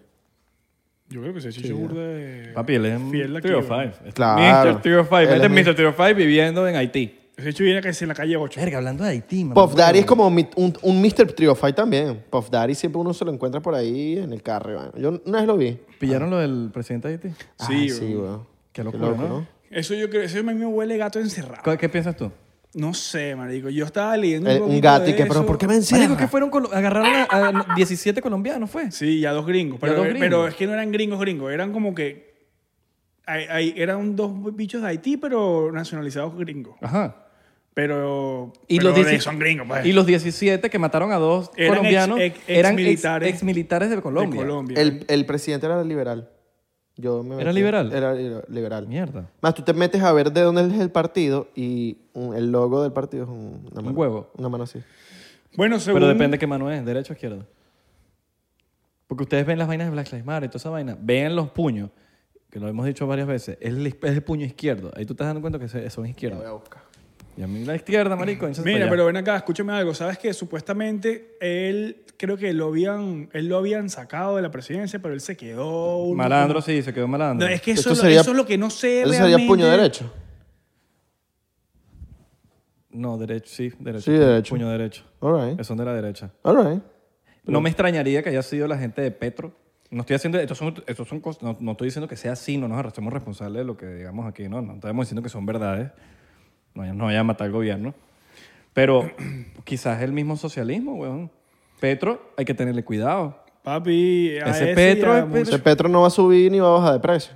B: Yo creo que ese chicho burda de...
D: Papi, él es
B: Fiel de aquí,
D: 305.
C: Claro.
D: Mr. 305.
C: Él
D: Este
C: es mi-
D: es Mr. 305 viviendo en Haití.
B: Ese chicho viene casi en la calle 8.
D: Verga, hablando de Haití, mamá.
C: Puff Daddy es como mi- un, un Mr. Trio Five también. Puff Daddy siempre uno se lo encuentra por ahí en el carro. y vaina. Yo una vez lo vi.
D: ¿Pillaron lo del presidente de Haití?
B: Sí,
C: Ah, sí,
B: bro.
C: weón.
D: Qué locura, ¿no?
B: Eso yo creo, eso a mí me huele gato encerrado.
D: ¿Cuál- ¿Qué piensas tú?
B: No sé, marico. Yo estaba leyendo
C: Eh,
B: un,
C: un
B: poquito
C: gato y
B: de
C: que, pero
B: eso.
C: ¿por qué me encierra?
D: Marico, que fueron, colo- agarraron a, a 17 colombianos, ¿fue?
B: Sí, ya dos gringos. Pero,
D: dos gringos.
B: pero es que no eran gringos gringos, eran como que... ay- ay, eran dos bichos de Haití, pero nacionalizados gringos.
D: Ajá.
B: Pero...
D: Y
B: pero
D: los,
B: de-
D: 17
B: son gringos, pues.
D: y los 17 que mataron a dos
B: Eran
D: colombianos
B: ex- ex-
D: eran
B: exmilitares.
D: ex, militares de
B: de
D: Colombia.
B: Colombia.
C: El, el presidente era liberal. Yo me
D: ¿Era
C: metí-
D: liberal?
C: Era li- liberal.
D: Mierda.
C: Más tú te metes a ver de dónde es el partido y mm, el logo del partido es un- una mano,
D: huevo.
C: Una mano así.
B: Bueno, según...
D: Pero depende qué mano es, derecha o izquierda. Porque ustedes ven las vainas de Black Lives Matter y toda esa vaina. Vean los puños, que lo hemos dicho varias veces. Es el, es el puño izquierdo. Ahí tú te estás dando cuenta que se- son izquierdos. Y a mí la izquierda, marico. hinchas para
B: Mira,
D: allá.
B: pero ven acá, escúchame algo. ¿Sabes que Supuestamente él, creo que lo habían, él lo habían sacado de la presidencia, pero él se quedó... un-
D: Malandro, sí, se quedó malandro.
B: No, es que eso,
C: Esto
B: es lo-
C: sería-
B: eso es lo que no sé
C: Eso
B: realmente.
C: sería puño derecho.
D: No, derecho, sí, derecho.
C: Sí, derecho.
D: Puño derecho.
C: All right.
D: Son de la derecha.
C: All right.
D: No me extrañaría que haya sido la gente de Petro. No estoy haciendo, estos son, estos son cos- no, no estoy diciendo que sea así, no nos arrastremos responsables de lo que digamos aquí, no, no estamos diciendo que son verdades, no, vaya- no vaya a matar al gobierno, pero quizás el mismo socialismo, weón. Petro, hay que tenerle cuidado.
B: Papi, a
D: Ese
B: ese
D: Petro
B: ya
D: es
B: mucho-
C: Ese Petro no va a subir ni va a bajar de precio.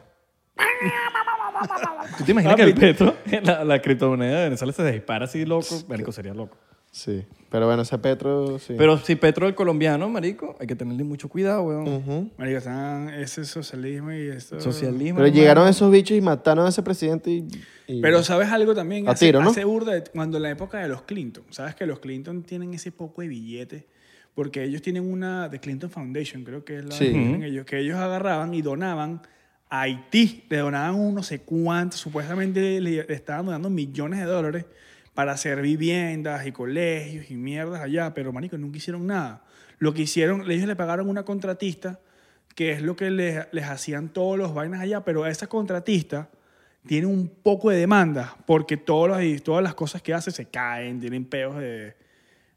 D: ¿Tú
C: Ah,
D: te imaginas que
B: Papi.
D: el Petro, la, la criptomoneda de Venezuela se dispara así loco? Marico, sería loco.
C: Sí. Pero bueno, ese Petro sí.
D: Pero si Petro el colombiano, marico, hay que tenerle mucho cuidado, weón.
B: Marico, están ese socialismo y esto...
D: Socialismo.
C: Pero
D: hermano.
C: llegaron esos bichos y mataron a ese presidente y. y-
B: Pero sabes algo también,
C: A
B: hace,
C: tiro, ¿no?
B: hace burda de- cuando en la época de los Clinton, sabes que los Clinton tienen ese poco de billete, porque ellos tienen una, The Clinton Foundation, creo que es la
C: Sí.
B: que tienen ellos, que ellos agarraban y donaban a Haití, le donaban un no sé cuánto, supuestamente le estaban donando millones de dólares para hacer viviendas y colegios y mierdas allá, pero marico, nunca hicieron nada. Lo que hicieron, ellos le pagaron una contratista, que es lo que les, les hacían todos los vainas allá, pero esa contratista tiene un poco de demanda, porque todos los- todas las cosas que hace se caen, tienen peos de...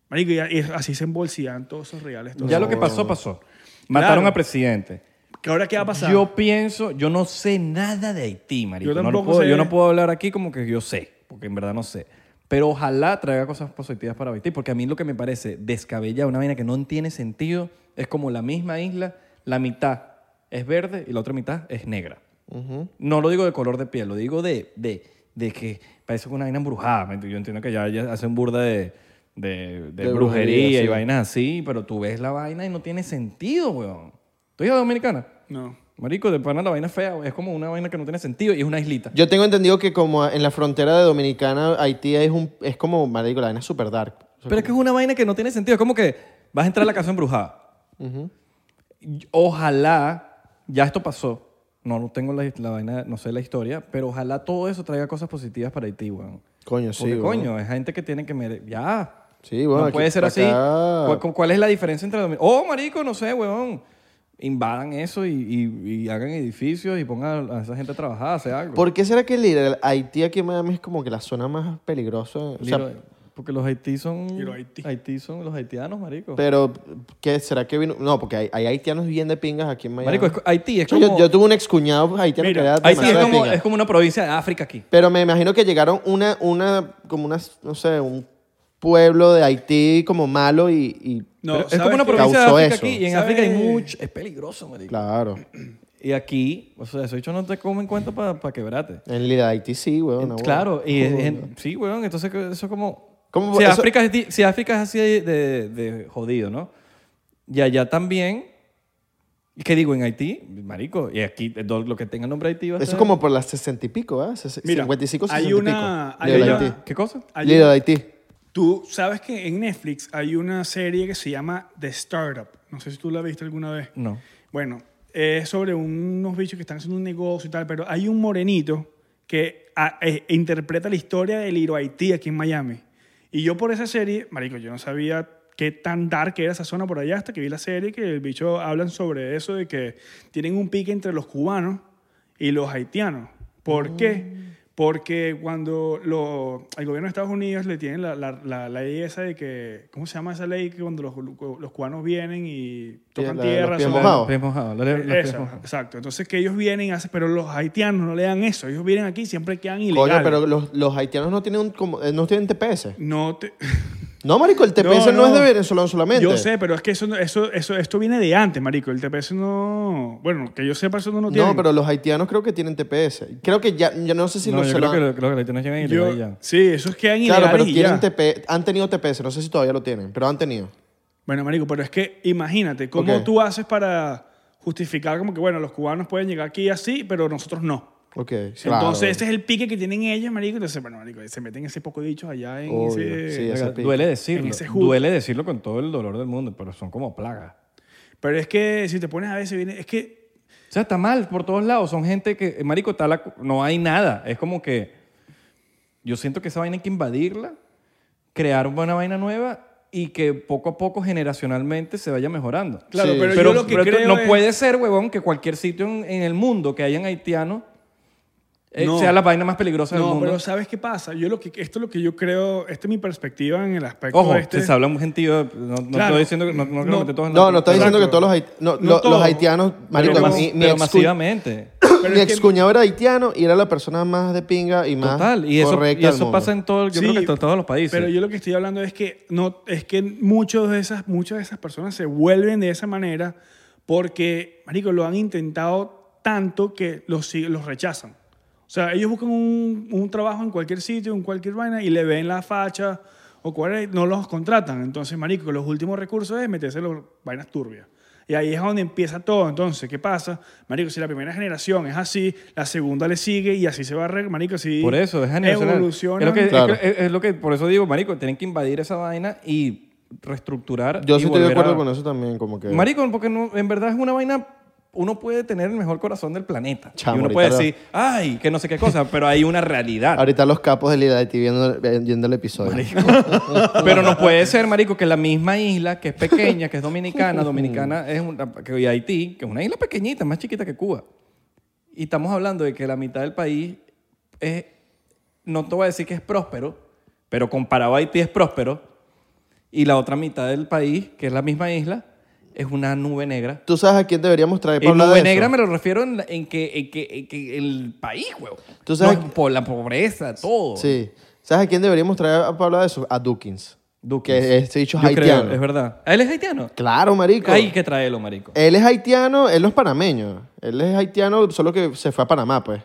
B: Marico, y y así se embolsían todos esos reales. todos
D: Ya
B: esos-
D: lo que pasó, pasó. Mataron
B: Claro.
D: a presidente.
B: ¿Que ahora qué va a pasar?
D: Yo pienso, yo no sé nada de Haití, marico.
B: Yo
D: No lo
B: tampoco
D: puedo-
B: sé.
D: Yo no puedo hablar aquí como que yo sé, porque en verdad no sé. Pero ojalá traiga cosas positivas para Haití, porque a mí lo que me parece descabellado, una vaina que no tiene sentido, es como la misma isla, la mitad es verde y la otra mitad es negra. No lo digo de color de piel, lo digo de, de, de que parece una vaina embrujada. ¿me entiendes? Yo entiendo que ya, ya hacen burda de, de, de
C: De brujería,
D: brujería y
C: sí.
D: vainas así, pero tú ves la vaina y no tiene sentido, weón. ¿Tú eres dominicana?
B: No.
D: Marico, de pana la vaina es fea, es como una vaina que no tiene sentido y es una islita.
C: Yo tengo entendido que como en la frontera de Dominicana, Haití es, un, es como, marico, la vaina es super dark.
D: Pero es que es una vaina que no tiene sentido, es como que vas a entrar a la casa embrujada. Y- Ojalá, ya esto pasó, no, no tengo la, la vaina, no sé la historia, pero ojalá todo eso traiga cosas positivas para Haití, weón.
C: Coño, sí.
D: Porque,
C: weón.
D: coño, es gente que tiene que... mere- Ya.
C: Sí, bueno,
D: no
C: aquí-
D: puede ser
C: acá-
D: así. ¿Cuál, cu- cuál es la diferencia entre... domin- Oh, marico, no sé, weón. Invadan eso y, y- y hagan edificios y pongan a a esa gente a trabajar, hacer algo.
C: ¿Por qué será que el Haití aquí en Miami es como que la zona más peligrosa? O sea,
D: Little- porque los haití son...
B: Y los haití.
D: haití son los haitianos, marico.
C: pero, ¿qué será que vino? No, porque hay, hay haitianos bien de pingas aquí en Miami.
D: marico, es co- Haití es
C: O sea, yo,
D: como...
C: yo tuve un excuñado haitiano
B: Mira,
C: que era
D: Haití es
C: demasiado de
D: como,
C: pinga.
D: es como una provincia de África aquí.
C: Pero me imagino que llegaron una, una, como una, no sé, un pueblo de Haití como malo y, y-
B: No,
D: Pero es
B: ¿sabes
D: como una
B: qué?
D: provincia de
C: Causó
D: África
C: eso.
D: aquí y en
B: ¿Sabes?
D: África hay mucho... Es peligroso, marico.
C: claro.
D: Y aquí, o sea, eso hecho no te comen cuenta para quebrarte.
C: En Lira Haití sí, weón. no, weón.
D: Claro, y es- es- sí, weón, entonces que eso es como...
C: ¿Cómo-
D: si,
C: eso-
D: África es, di- si África es así de, de- de jodido, ¿no? Y allá también, ¿y qué digo? En Haití, marico, y aquí eh, do- lo que tenga nombre Haití va a
C: Eso es
D: ser-
C: como por las sesenta y pico, ¿eh? Ses-
B: Mira,
C: 55,
B: hay
C: 60
B: una-
C: y pico.
B: hay
C: Lira
B: una-
C: Haití.
D: ¿Qué cosa?
B: Hay
C: Lira
B: una-
C: Haití.
B: Tú sabes que en Netflix hay una serie que se llama The Startup. No sé si tú la viste alguna vez.
D: No.
B: Bueno, eh, es sobre unos bichos que están haciendo un negocio y tal, pero hay un morenito que ah, eh, interpreta la historia del Hiro Haití aquí en Miami. Y yo por esa serie, marico, yo no sabía qué tan dark era esa zona por allá hasta que vi la serie que el bicho hablan sobre eso de que tienen un pique entre los cubanos y los haitianos. ¿Por qué? Porque cuando lo, el gobierno de Estados Unidos le tienen la, la, la ley esa de que, ¿cómo se llama esa ley? Que cuando los, los cubanos vienen y tocan
C: la de los
B: tierra,
C: pies
B: son-
C: mojados.
D: Los pies mojados, los- los
B: eh,
D: pies
B: esa,
D: mojados.
B: exacto. Entonces que ellos vienen, y hacen, pero los haitianos no le dan eso. Ellos vienen aquí y siempre quedan ilegales.
C: Coño, pero los, los haitianos no tienen, un, como, eh, no tienen TPS.
B: no te-
C: No, marico, el TPS
B: No,
C: no,
B: no.
C: es de venezolano solamente.
B: Yo sé, pero es que eso, no- eso, eso, esto viene de antes, marico. El TPS no... Bueno, que yo sepa, eso no lo tiene.
C: No, pero los haitianos creo que tienen TPS. Creo que ya, yo no sé si
D: no,
C: los
D: yo creo que, lo- creo que los haitianos llegan y
B: Yo-
D: les dan ya.
B: sí, esos quedan
C: Claro, pero
B: ilegales y ya.
C: tienen TP, han tenido TPS, no sé si todavía lo tienen, pero han tenido.
B: Bueno, marico, pero es que imagínate, ¿cómo
C: Ok.
B: tú haces para justificar como que, bueno, los cubanos pueden llegar aquí así, pero nosotros no?
C: Ok,
B: Entonces, ese
C: claro.
B: es el pique que tienen ellos, marico. Entonces, bueno, marico, se meten ese poco de bichos allá en
C: Obvio,
B: ese...
C: sí, esa pica.
D: Duele decirlo,
B: En ese ju-
D: duele decirlo con todo el dolor del mundo, pero son como plagas.
B: Pero es que si te pones a ver, se viene. Es que.
D: O sea, está mal por todos lados. Son gente que, eh, marico, está la cu- no hay nada. Es como que yo siento que esa vaina hay que invadirla, crear una vaina nueva y que poco a poco generacionalmente se vaya mejorando.
B: Claro,
C: Sí.
B: pero,
D: Pero,
B: yo lo que
D: pero tú-
B: creo.
D: no
B: es-
D: puede ser, huevón, que cualquier sitio en, en el mundo que hayan haitianos eh,
B: No.
D: sea la vaina más peligrosa del
B: No,
D: mundo.
B: pero ¿sabes qué pasa? Yo lo que, esto es lo que yo creo. Esta es mi perspectiva en el aspecto.
D: Ojo,
B: este,
D: se habla un gentío. No, no
B: Claro.
D: estoy diciendo que no, no,
B: No.
D: no, todos en la-
C: No, no estoy diciendo
B: Exacto.
C: que todos los haitianos. No,
B: No
C: lo-
B: todos.
C: los haitianos,
D: pero,
C: marico,
D: mas-
C: mi, mi
D: pero
C: excu-
D: masivamente.
B: Pero
C: mi
B: es que-
C: excuñado era haitiano y era la persona más de pinga y más
D: Total. Y eso,
C: correcta
D: y
C: del
D: eso
C: mundo.
D: pasa en todo, yo creo
B: Sí,
D: que en todos los países.
B: Pero yo lo que estoy hablando es que no, es que muchos de esas, muchas de esas personas se vuelven de esa manera porque, marico, lo han intentado tanto que los, sig- los rechazan. O sea, ellos buscan un, un trabajo en cualquier sitio, en cualquier vaina, y le ven la facha o cuál es, no los contratan. Entonces, marico, los últimos recursos es meterse en las vainas turbias. Y ahí es donde empieza todo. Entonces, ¿qué pasa? Marico, si la primera generación es así, la segunda le sigue y así se va, re- marico, si
D: Por eso, es generacional.
B: evoluciona.
D: Es lo que, es
C: Claro.
D: que- es- es lo que- por eso digo, marico, tienen que invadir esa vaina y reestructurar.
C: Yo
D: y
C: sí estoy de
D: volver a-
C: acuerdo con eso también, como que...
D: Marico, porque no- en verdad es una vaina. Uno puede tener el mejor corazón del planeta.
C: Chamo,
D: y uno puede
C: ahorita lo-
D: decir, ay, que no sé qué cosa, pero hay una realidad.
C: Ahorita los capos del IDIT viendo, viendo el episodio.
D: pero no puede ser, marico, que la misma isla, que es pequeña, que es dominicana, dominicana es una, que y Haití, que es una isla pequeñita, más chiquita que Cuba. Y estamos hablando de que la mitad del país es, no te voy a decir que es próspero, pero comparado a Haití es próspero. Y la otra mitad del país, que es la misma isla, es una nube negra
C: ¿Tú sabes a quién deberíamos traer para
D: En
C: hablar
D: nube
C: de
D: negra
C: eso?
D: me lo refiero en, la- en que, en que- en que el país, huevón.
C: Tú sabes-
D: No, por la pobreza, todo.
C: Sí. ¿Sabes a quién deberíamos traer para hablar de eso? A Dukins.
D: Dukins.
C: Que este dicho es
D: Yo creo,
C: haitiano.
D: es verdad. ¿Él es haitiano?
C: Claro, marico.
D: Hay que traerlo, marico.
C: Él es haitiano, él no es panameño. Él es haitiano, solo que se fue a Panamá, pues.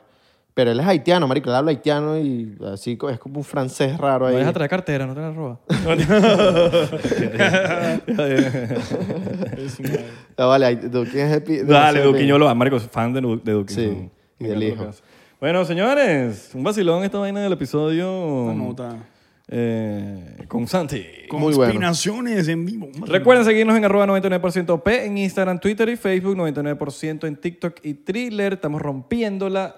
C: Pero él es haitiano, marico. Él habla haitiano y así co- es como un francés raro
D: No
C: ahí.
D: dejas traer cartera, no te la robas.
C: No, Ah, vale, hay- Dukins es el pi-
D: Dale,
C: demasiado
D: Duque,
C: bien.
D: yo lo amo, marico. Fan de, Nu- de Duque.
C: Sí, y del
D: Me encanta lo
C: hijo.
D: que hace. Bueno, señores, un vacilón esta vaina del episodio
B: No, está.
D: eh, con Santi.
C: Muy bueno.
B: Conspiraciones en vivo. madre.
D: Recuerden seguirnos en arroba 99% P en Instagram, Twitter y Facebook, 99% en TikTok y Thriller. Estamos rompiéndola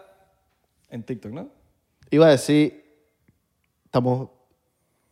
D: en TikTok, ¿no?
C: Iba a decir, estamos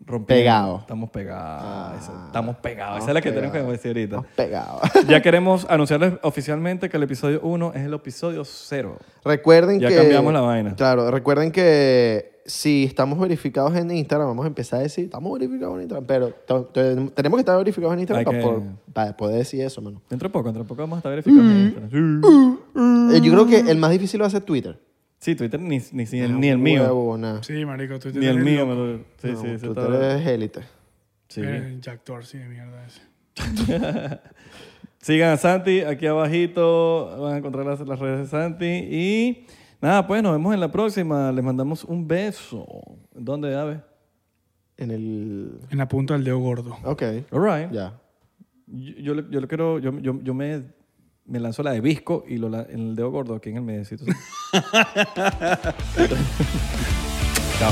D: Rompiendo.
C: Pegado. Ah,
D: Estamos pegados. Esa- estamos pegados. Esa es la que tenemos que decir ahorita.
C: pegados.
D: Ya queremos anunciarles oficialmente que el episodio 1 es el episodio 0.
C: Recuerden
D: Ya
C: que.
D: cambiamos la vaina.
C: Claro, recuerden que si estamos verificados en Instagram, vamos a empezar a decir, estamos verificados en Instagram, pero to- to- tenemos que estar verificados en Instagram
D: Hay
C: para,
D: que-
C: por- para poder decir eso, mano.
D: Dentro de poco, dentro de poco vamos a estar verificando. en Instagram.
C: Eh, Yo creo que el más difícil va a ser Twitter.
D: Sí, Twitter ni, ni, ni el, ni el mío.
C: Huevona.
B: Sí, marico, tú
D: Ni el mío. me lo- Sí,
C: No,
D: sí, ese
C: Twitter
D: está-
C: es élite.
D: sí.
B: Jack Dorsey de mierda ese.
D: Sigan a Santi, aquí abajito van a encontrar las, las redes de Santi. Y nada, pues nos vemos en la próxima. Les mandamos un beso. ¿Dónde, Ave?
C: En el.
B: En la punta del dedo gordo.
C: Ok.
D: All right.
C: Ya.
D: Yo, yo, le- yo le quiero, yo, yo, yo me, me lanzo la de Visco y lo, la- en el dedo gordo aquí en el mediecito. Chao.